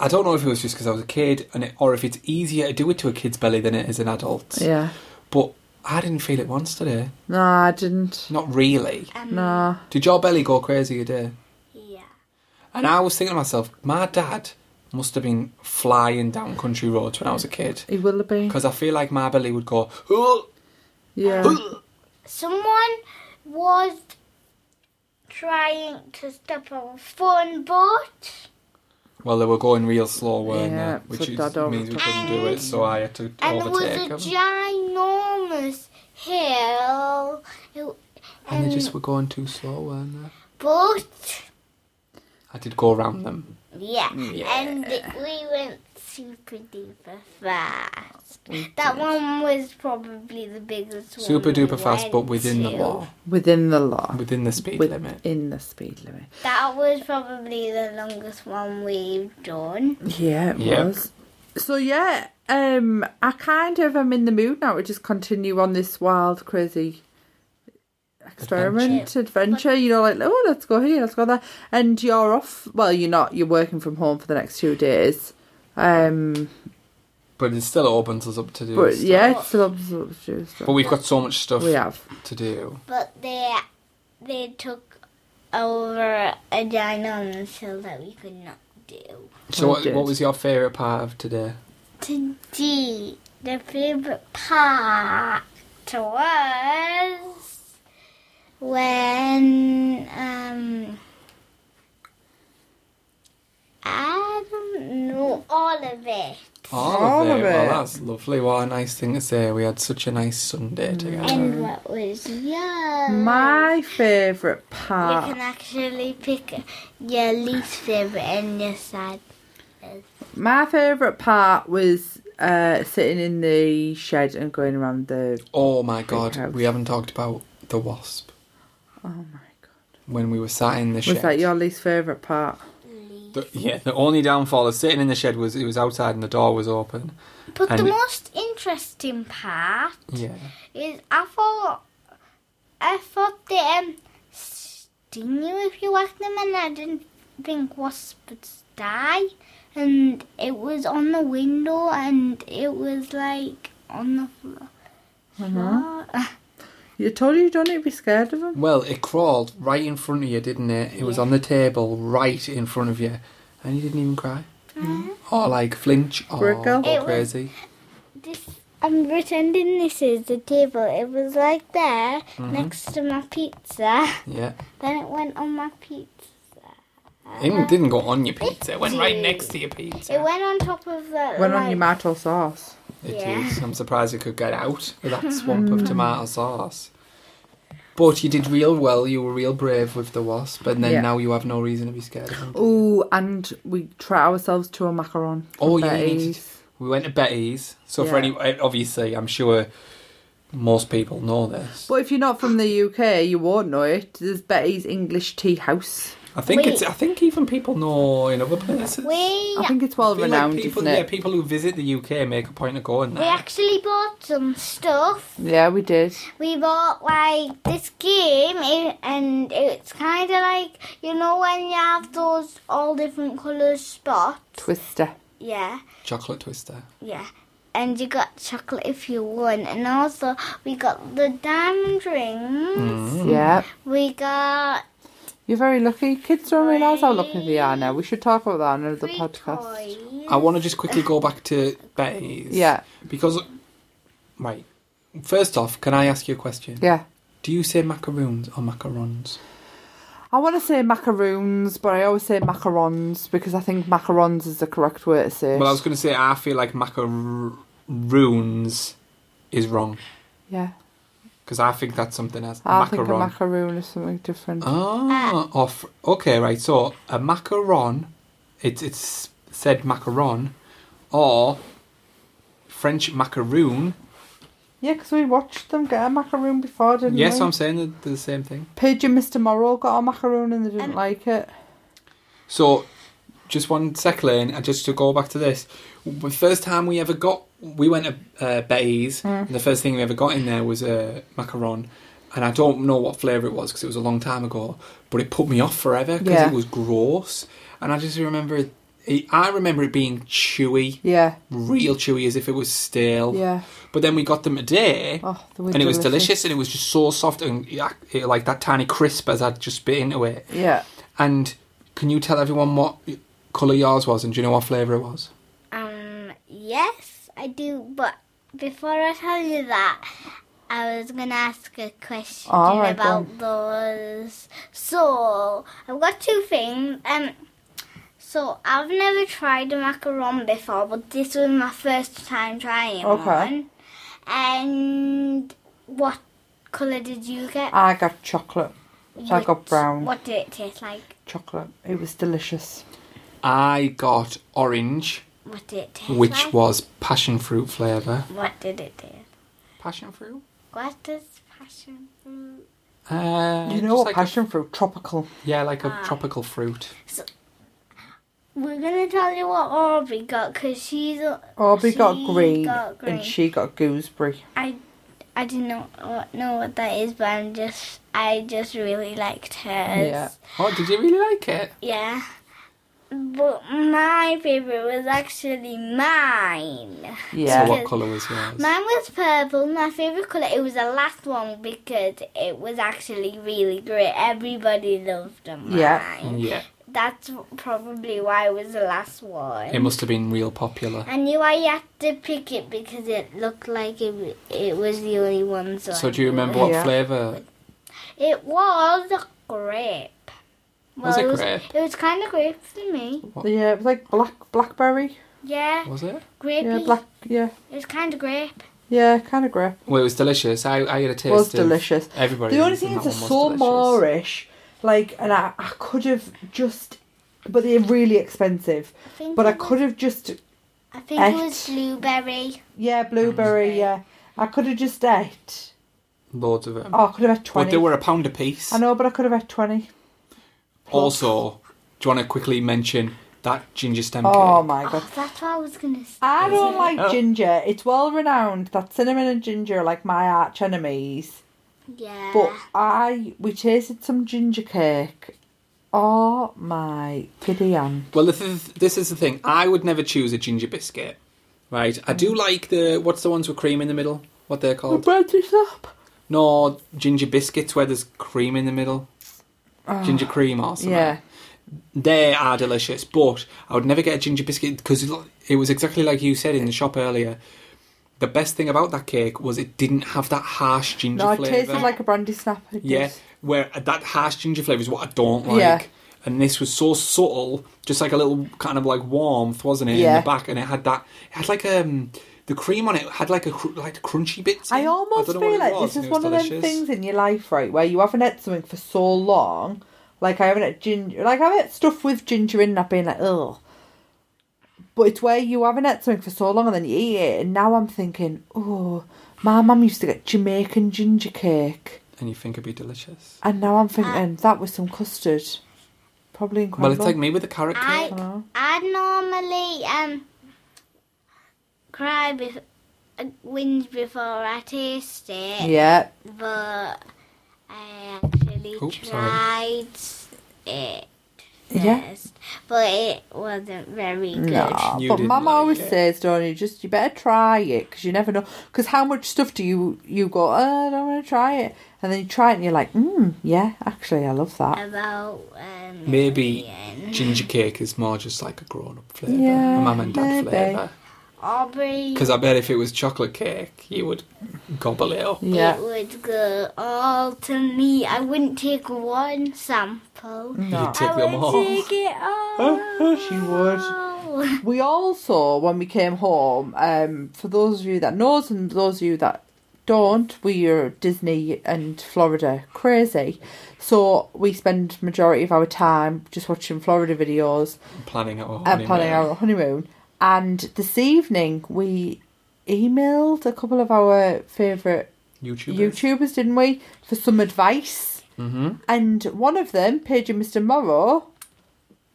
S2: I don't know if it was just because I was a kid, and it, or if it's easier to do it to a kid's belly than it is an adult's.
S3: Yeah.
S2: But I didn't feel it once today.
S3: No, I didn't.
S2: Not really.
S4: Um,
S3: No.
S2: Did your belly go crazy today?
S4: Yeah.
S2: And I was thinking to myself, my dad must have been flying down country roads when I was a kid.
S3: He will have been.
S2: Because I feel like my belly would go, oh,
S3: Yeah.
S4: Someone was trying to stop our phone boat,
S2: Well, they were going real slow, weren't
S3: Yeah,
S2: they? Which
S3: so
S2: is,
S3: Dad don't-
S2: means we couldn't do it, so I had to
S4: and there was
S2: overtake
S4: a
S2: them.
S4: ginormous hill. It-
S2: and they
S4: and-
S2: just were going too slow, weren't they?
S4: but
S2: I did go around them.
S4: Yeah,
S2: Mm, Yeah.
S4: and it- we went super duper fast. That one was probably the biggest one.
S2: Super
S4: we
S2: duper fast,
S4: went
S2: but within the
S4: to.
S2: law,
S3: Within the law.
S2: within the speed limit.
S3: Within the speed limit.
S4: That was probably the longest one we've done.
S3: Yeah, it
S2: Yep.
S3: was. So yeah, um, I kind of am in the mood now to just continue on this wild, crazy experiment, adventure. You know, like oh, let's go here, let's go there, and you're off. Well, you're not. You're working from home for the next two days. Um,
S2: But it still opens us up to do
S3: but
S2: stuff.
S3: yeah, it's still absolutely true. so-
S2: But we've got so much stuff
S3: We have.
S2: to do.
S4: But they they took over a ginormous hill that we could not do.
S2: So
S3: We
S2: what,
S3: did.
S2: what was your favourite part of today?
S4: Today, the favorite part was when um I don't know all of it,
S2: All,
S3: All
S2: of
S3: of
S2: it. Well,
S3: it.
S2: that's lovely. What a nice thing to say. We had such a nice
S3: Mm.
S2: Sunday together.
S4: and what was yours?
S3: My favourite
S4: you
S3: part.
S4: can actually pick your least favorite and your sad.
S3: My favourite part was uh, sitting in the shed and going around the.
S2: Oh my god,
S3: house.
S2: we haven't talked about the wasp
S3: Oh my god!
S2: when we were sat in the shed.
S3: Was that your least favourite part?
S4: least.
S2: The- yeah, the only downfall of sitting in the shed was it was outside and the door was open.
S4: But the
S2: And-
S4: most interesting part
S2: Yeah.
S4: is I thought I thought they um sting you if you whack them, and I didn't think wasps would die. And it was on the window, and it was like on the floor.
S3: Uh-huh. You told you you don't need to be scared of them.
S2: Well, it crawled right in front of you, didn't it? It was on the table right in front of you, and you didn't even cry. Or Oh, like flinch or
S3: Wriggle.
S2: go
S4: Mm-hmm. It was-
S2: crazy.
S4: This I'm pretending this is the table. It was like there next to my pizza. [LAUGHS]
S2: Yeah.
S4: Then it went on my pizza.
S2: It didn't go on your pizza. It went right
S4: Dude.
S2: next to your
S4: It
S2: pizza.
S4: went on top of the.
S3: Went on
S4: like-
S3: your tomato sauce.
S2: It
S4: Yeah.
S2: is. I'm surprised it could get out of
S4: [LAUGHS]
S2: that swamp of tomato sauce. But you did real well. You were real brave with the wasp, and then
S3: Yeah.
S2: now you have no reason to be scared of him.
S3: Ooh, and we try ourselves to a macaron. from
S2: Oh yeah, you need to-
S3: Betty's.
S2: we went to Betty's. So for
S3: Yeah.
S2: any, eh, obviously, I'm sure most people know this.
S3: But if you're not from the UK, you won't know it. There's Betty's English Tea House.
S2: I think
S4: Wait.
S2: it's. I think even people know in other places.
S4: We,
S3: I think it's well
S2: I feel like
S3: renowned,
S2: people,
S3: isn't
S2: yeah,
S3: it?
S2: people who visit the UK make a point of going
S4: we
S2: there.
S4: actually bought some stuff.
S3: yeah, we did.
S4: We bought like this game, i- and it's kind of like you know when you have those all different colours spots.
S3: Twister.
S4: Yeah,
S2: Chocolate Twister.
S4: yeah. And you got chocolate if you won, and also we got the diamond rings.
S2: Mm.
S3: Yeah.
S4: We got
S3: You're very lucky. Kids don't realise how lucky they are now. We should talk about that on another
S4: three
S3: podcast.
S4: toys.
S2: I want to just quickly go back to Betty's.
S3: Yeah.
S2: Because, right. First off, can I ask you a question?
S3: Yeah.
S2: Do you say macaroons or macarons?
S3: I want to say macaroons, but I always say macarons because I think macarons is the correct way to say it.
S2: Well, I was going to say I feel like macaroons is wrong
S3: yeah.
S2: because I think that's something else.
S3: I think a
S2: macaron.
S3: macaroon is something different.
S2: Ah, off. Okay, right. So a macaron, it's it's said macaron, or French macaroon.
S3: Yeah, because we watched them get a macaroon before, didn't we?
S2: Yes, I'm saying that they're the same thing.
S3: Pidge and Mr. Morrow got a macaroon and they didn't
S4: Um,
S3: like it.
S2: So, just one sec, Lane, and just to go back to this, the first time we ever got, we went to uh, Betty's, and the first thing we ever got in there was a macaron, and I don't know what flavour it was because it was a long time ago, but it put me off forever because
S3: Yeah.
S2: it was gross, and I just remember it, it. I remember it being chewy,
S3: Yeah,
S2: real chewy, as if it was stale.
S3: yeah.
S2: But then we got them today.
S3: Oh, they were
S2: Oh. And it was delicious, and it was just so soft, and yeah, it, like that tiny crisp as I just bit into it.
S3: Yeah.
S2: And can you tell everyone what colour yours was and do you know what flavour it was?
S4: Um, yes, I do, but before I tell you that, I was gonna ask a question
S3: All right, go
S4: about those. So, I've got two things. Um, so I've never tried a macaron before, but this was my first time trying
S3: Okay.
S4: one. And what colour did you get?
S3: I got chocolate. so I got
S4: What-
S3: brown.
S4: What did it taste like?
S3: Chocolate. It was delicious.
S2: I got orange,
S4: What did it taste
S2: which
S4: like?
S2: was passion fruit flavour.
S4: What did it taste?
S2: Passion fruit?
S4: What does passion fruit?
S2: Uh,
S3: you know
S2: just
S3: what?
S2: like a-
S3: passion fruit. Tropical.
S2: yeah, like a tropical fruit.
S4: We're gonna tell you what Aubrey got because she's.
S3: Aubrey got
S4: She
S3: green,
S4: got green.
S3: and she got gooseberry.
S4: I, I didn't know what, know what that is, but I'm just. I just really liked hers.
S3: Yeah.
S2: Oh, did you really like it?
S4: Yeah. But my favorite was actually mine.
S3: Yeah.
S2: So what colour was yours?
S4: Mine was purple. My favorite color. It was the last one because it was actually really great. Everybody loved mine.
S3: Yeah.
S2: yeah,
S4: That's probably why it was the last one.
S2: it must have been real popular.
S4: I knew I had to pick it because it looked like it, w- it was the only one. So,
S2: So
S4: I
S2: do you
S4: knew
S2: remember what
S3: Yeah.
S2: flavour?
S4: It, It was a grape. Well,
S2: Was it
S4: was,
S2: grape?
S4: It was kind of grape to me.
S3: Yeah, it was like black blackberry.
S4: Yeah,
S2: Was it?
S4: grapey.
S3: Yeah, black. Yeah,
S4: It was kind of grape.
S3: yeah, kind of grape.
S2: Well, it was delicious. I, I had a taste.
S3: was
S2: of
S3: delicious.
S2: Everybody.
S3: The only thing
S2: that
S3: is, they're
S2: one was
S3: so
S2: delicious.
S3: Moorish. Like, and I, I could have just, but they're really expensive.
S4: I think
S3: But
S4: it
S3: I could
S4: was-
S3: have just,
S4: I think it was
S3: ate.
S4: blueberry.
S3: yeah, blueberry. Yeah, I could have just ate.
S2: Loads of them.
S3: Oh, I could have had
S2: but
S3: twenty.
S2: they were a pound a piece.
S3: I know, but I could have had twenty.
S2: Also, do you want to quickly mention that ginger stem cake?
S3: Oh my god.
S4: Oh, that's what I was gonna say.
S3: I don't
S2: [LAUGHS]
S3: like
S2: Oh.
S3: ginger. It's well renowned that cinnamon and ginger are like my arch enemies.
S4: Yeah.
S3: But I we tasted some ginger cake. Oh my giddy aunt.
S2: Well, this is, this is the thing. I would never choose a ginger biscuit, right? I do like the what's the ones with cream in the middle? What they're
S3: The
S2: called?
S3: bread is up.
S2: No, ginger biscuits where there's cream in the middle, ginger cream or something.
S3: Yeah.
S2: They are delicious, but I would never get a ginger biscuit because it was exactly like you said in the shop earlier. The best thing about that cake was it didn't have that harsh ginger
S3: No, it
S2: flavour.
S3: tasted like a brandy snap. It
S2: Yeah,
S3: does.
S2: where that harsh ginger flavour is what I don't like.
S3: Yeah.
S2: And this was so subtle, just like a little kind of like warmth, wasn't it, in
S3: Yeah.
S2: the back? And it had that, it had like um, the cream on it had like a cr- like crunchy bits. in
S3: I
S2: it.
S3: almost
S2: don't know what
S3: feel
S2: it
S3: like
S2: was,
S3: this
S2: and
S3: is
S2: it was
S3: one of them
S2: delicious.
S3: things in your life, right, where you haven't had something for so long. Like I haven't had ginger, like I've had stuff with ginger in, that being like, ugh. But it's where you haven't had something for so long, and then you eat it, and now I'm thinking, oh, my mum used to get Jamaican ginger cake,
S2: And you think it'd be delicious.
S3: and now I'm thinking that was some custard, probably in
S2: Well,
S3: crumble.
S2: it's like me with the carrot cake.
S4: I
S3: Hello.
S4: I normally um cry bef- uh, whinge before I taste it,
S3: yeah,
S4: but I actually
S2: Oops,
S4: tried it
S3: Yeah.
S4: first, but it wasn't very good.
S3: No,
S2: You
S3: but
S2: didn't
S3: Mum
S2: like
S3: always
S2: it.
S3: says, "Don't you just you better try it because you never know." Because how much stuff do you you go? Oh, I don't want to try it, and then you try it and you're like, "Hmm, yeah, actually, I love that."
S4: About um,
S2: Maybe ginger cake is more just like a grown up flavour,
S3: Yeah,
S2: a mum and dad
S3: maybe.
S2: flavour.
S4: Aubrey,
S2: Because I bet if it was chocolate cake, you would gobble it up.
S3: Yeah,
S4: it would go all to me. I wouldn't take one sample.
S2: You'd
S3: no.
S2: take
S4: I
S2: them
S4: would
S2: all.
S4: take it
S2: [LAUGHS]
S4: all.
S3: She would.
S4: [LAUGHS]
S3: We also, when we came home, um, for those of you that knows and those of you that don't, we are Disney and Florida crazy. So we spend majority of our time just watching Florida videos
S2: Planning our
S3: and
S2: honeymoon.
S3: Uh, planning our honeymoon. And this evening we emailed a couple of our favourite
S2: YouTubers.
S3: YouTubers, didn't we, for some advice?
S2: Mhm.
S3: And one of them, Paige and Mr. Morrow,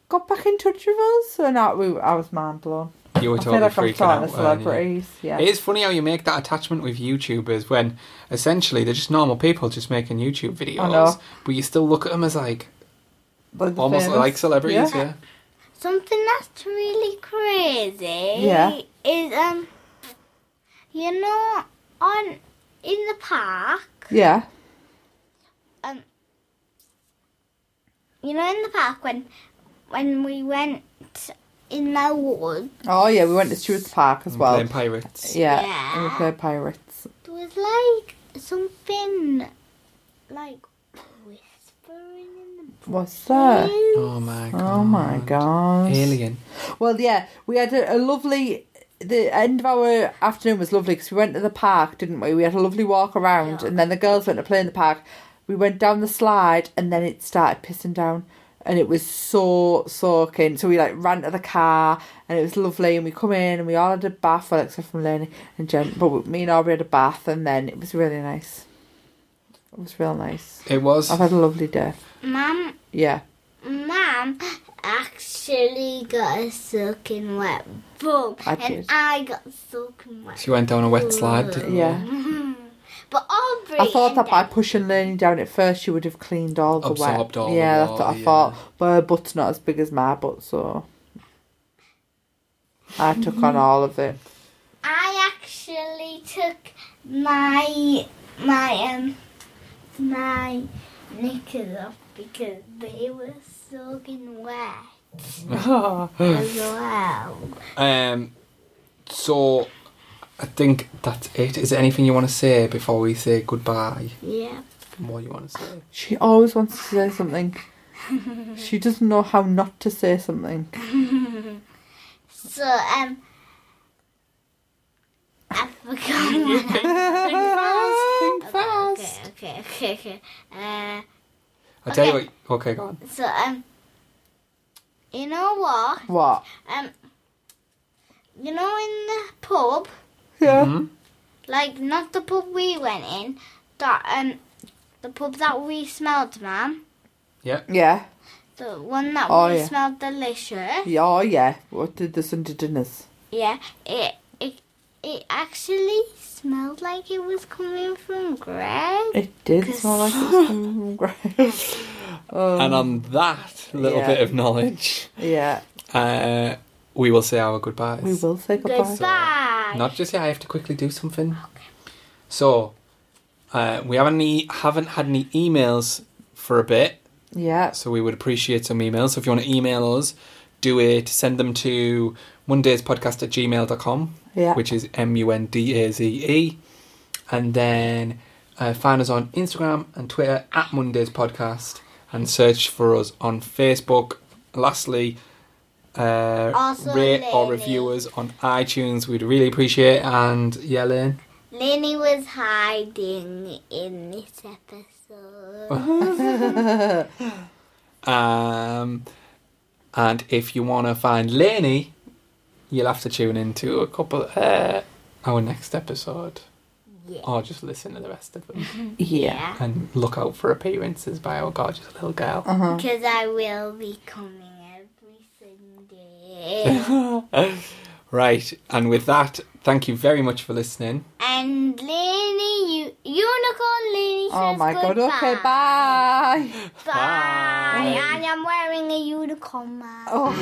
S3: got back in touch with us, and I, we, I was mind blown.
S2: You were
S3: I
S2: totally
S3: feel like I'm
S2: freaking out.
S3: talking to
S2: weren't you?
S3: celebrities. Yeah.
S2: It is funny how you make that attachment with YouTubers when essentially they're just normal people just making YouTube videos,
S3: I know.
S2: but you still look at them as like
S3: Like the
S2: almost
S3: famous-
S2: like celebrities. Yeah.
S4: Something that's really crazy
S3: Yeah.
S4: is um you know on in the park
S3: Yeah.
S4: um you know in the park when when we went in the woods
S3: Oh, yeah, we went to Stewart's Park as well.
S2: playing pirates.
S3: Yeah,
S4: Yeah.
S3: and we played Pirates.
S4: there was like something like whispering in
S3: What's
S4: the
S3: that?
S4: woods.
S2: Oh my god.
S3: Oh my gosh.
S2: Alien.
S3: Well, yeah, we had a, a lovely. The end of our afternoon was lovely because we went to the park, didn't we? We had a lovely walk around, and then the girls went to play in the park. We went down the slide, and then it started pissing down, and it was so soaking. So we like ran to the car, and it was lovely. And we come in, and we all had a bath, well, except from Lenny and Jen, but we- me and Aubrey had a bath, and then it was really nice. It was real nice.
S2: It was.
S3: I've had a lovely day.
S4: Mum
S3: Yeah.
S4: Mum actually got a soaking wet boom,
S3: I
S4: and
S3: did.
S4: I got soaking wet. [LAUGHS]
S2: She went down a wet slide. Didn't
S3: Yeah.
S4: But Aubrey,
S3: I thought
S4: and
S3: that by
S4: Dad-
S3: pushing Lenny down at first, she would have cleaned all the
S2: Absorbed
S3: wet.
S2: all the
S3: yeah, that's what I
S2: water,
S3: thought. But her butt's not as big as my butt, so I took on all of it.
S4: I actually took my my um my knickers off because they were soaking wet
S2: [LAUGHS]
S4: as well.
S2: Um. So, I think that's it. Is there anything you want to say before we say goodbye?
S4: Yeah.
S2: What you want to say?
S3: She always wants to say something. she doesn't know how not to say something.
S4: So um, I forgot. what I- [LAUGHS] Okay, okay, okay, okay. Uh,
S2: I tell you
S4: Okay.
S2: what. Okay, go on.
S4: so um, you know what?
S3: What?
S4: Um, you know in the pub,
S3: Yeah.
S2: Mhm.
S4: like not the pub we went in, that um, the pub that we smelled, ma'am,
S3: Yeah.
S4: the one that
S3: Oh,
S4: we
S3: yeah.
S4: smelled delicious.
S3: Yeah. Oh, yeah. What did the Sunday dinners?
S4: Yeah, it it it actually smelled like it was coming from Greg.
S3: It did smell like it [LAUGHS] was great.
S2: And
S3: um,
S2: on that little
S3: yeah.
S2: bit of knowledge,
S3: yeah.
S2: uh, we will say our goodbyes.
S3: We will say goodbye.
S4: Goodbye.
S2: Not just yet. I have to quickly do something. So, uh, we haven't any, haven't had any emails for a bit,
S3: Yeah.
S2: so we would appreciate some emails. So if you want to email us, do it. Send them to mondayspodcast at gmail.com.
S3: Yeah.
S2: which is M U N D A Z E. And then uh, find us on Instagram and Twitter at Mondays Podcast and search for us on Facebook. Lastly, uh,
S4: Also,
S2: rate or
S4: Lainey.
S2: review us on iTunes. We'd really appreciate it. And yeah, Lynn.
S4: Lenny was hiding in this episode.
S2: Um, and if you want to find Laney, you'll have to tune into a couple uh, our next episode,
S4: Yeah.
S2: or just listen to the rest of them
S3: yeah.
S4: Yeah.
S2: and look out for appearances by our gorgeous little girl.
S4: Because I will be coming every Sunday.
S2: [LAUGHS] right, and with that, thank you very much for listening.
S4: and Lenny, you, Unicorn Lenny
S3: Oh
S4: says
S3: my god,
S4: goodbye.
S3: okay, bye.
S4: Bye.
S2: Bye.
S4: And I'm wearing a unicorn mask.
S3: Oh.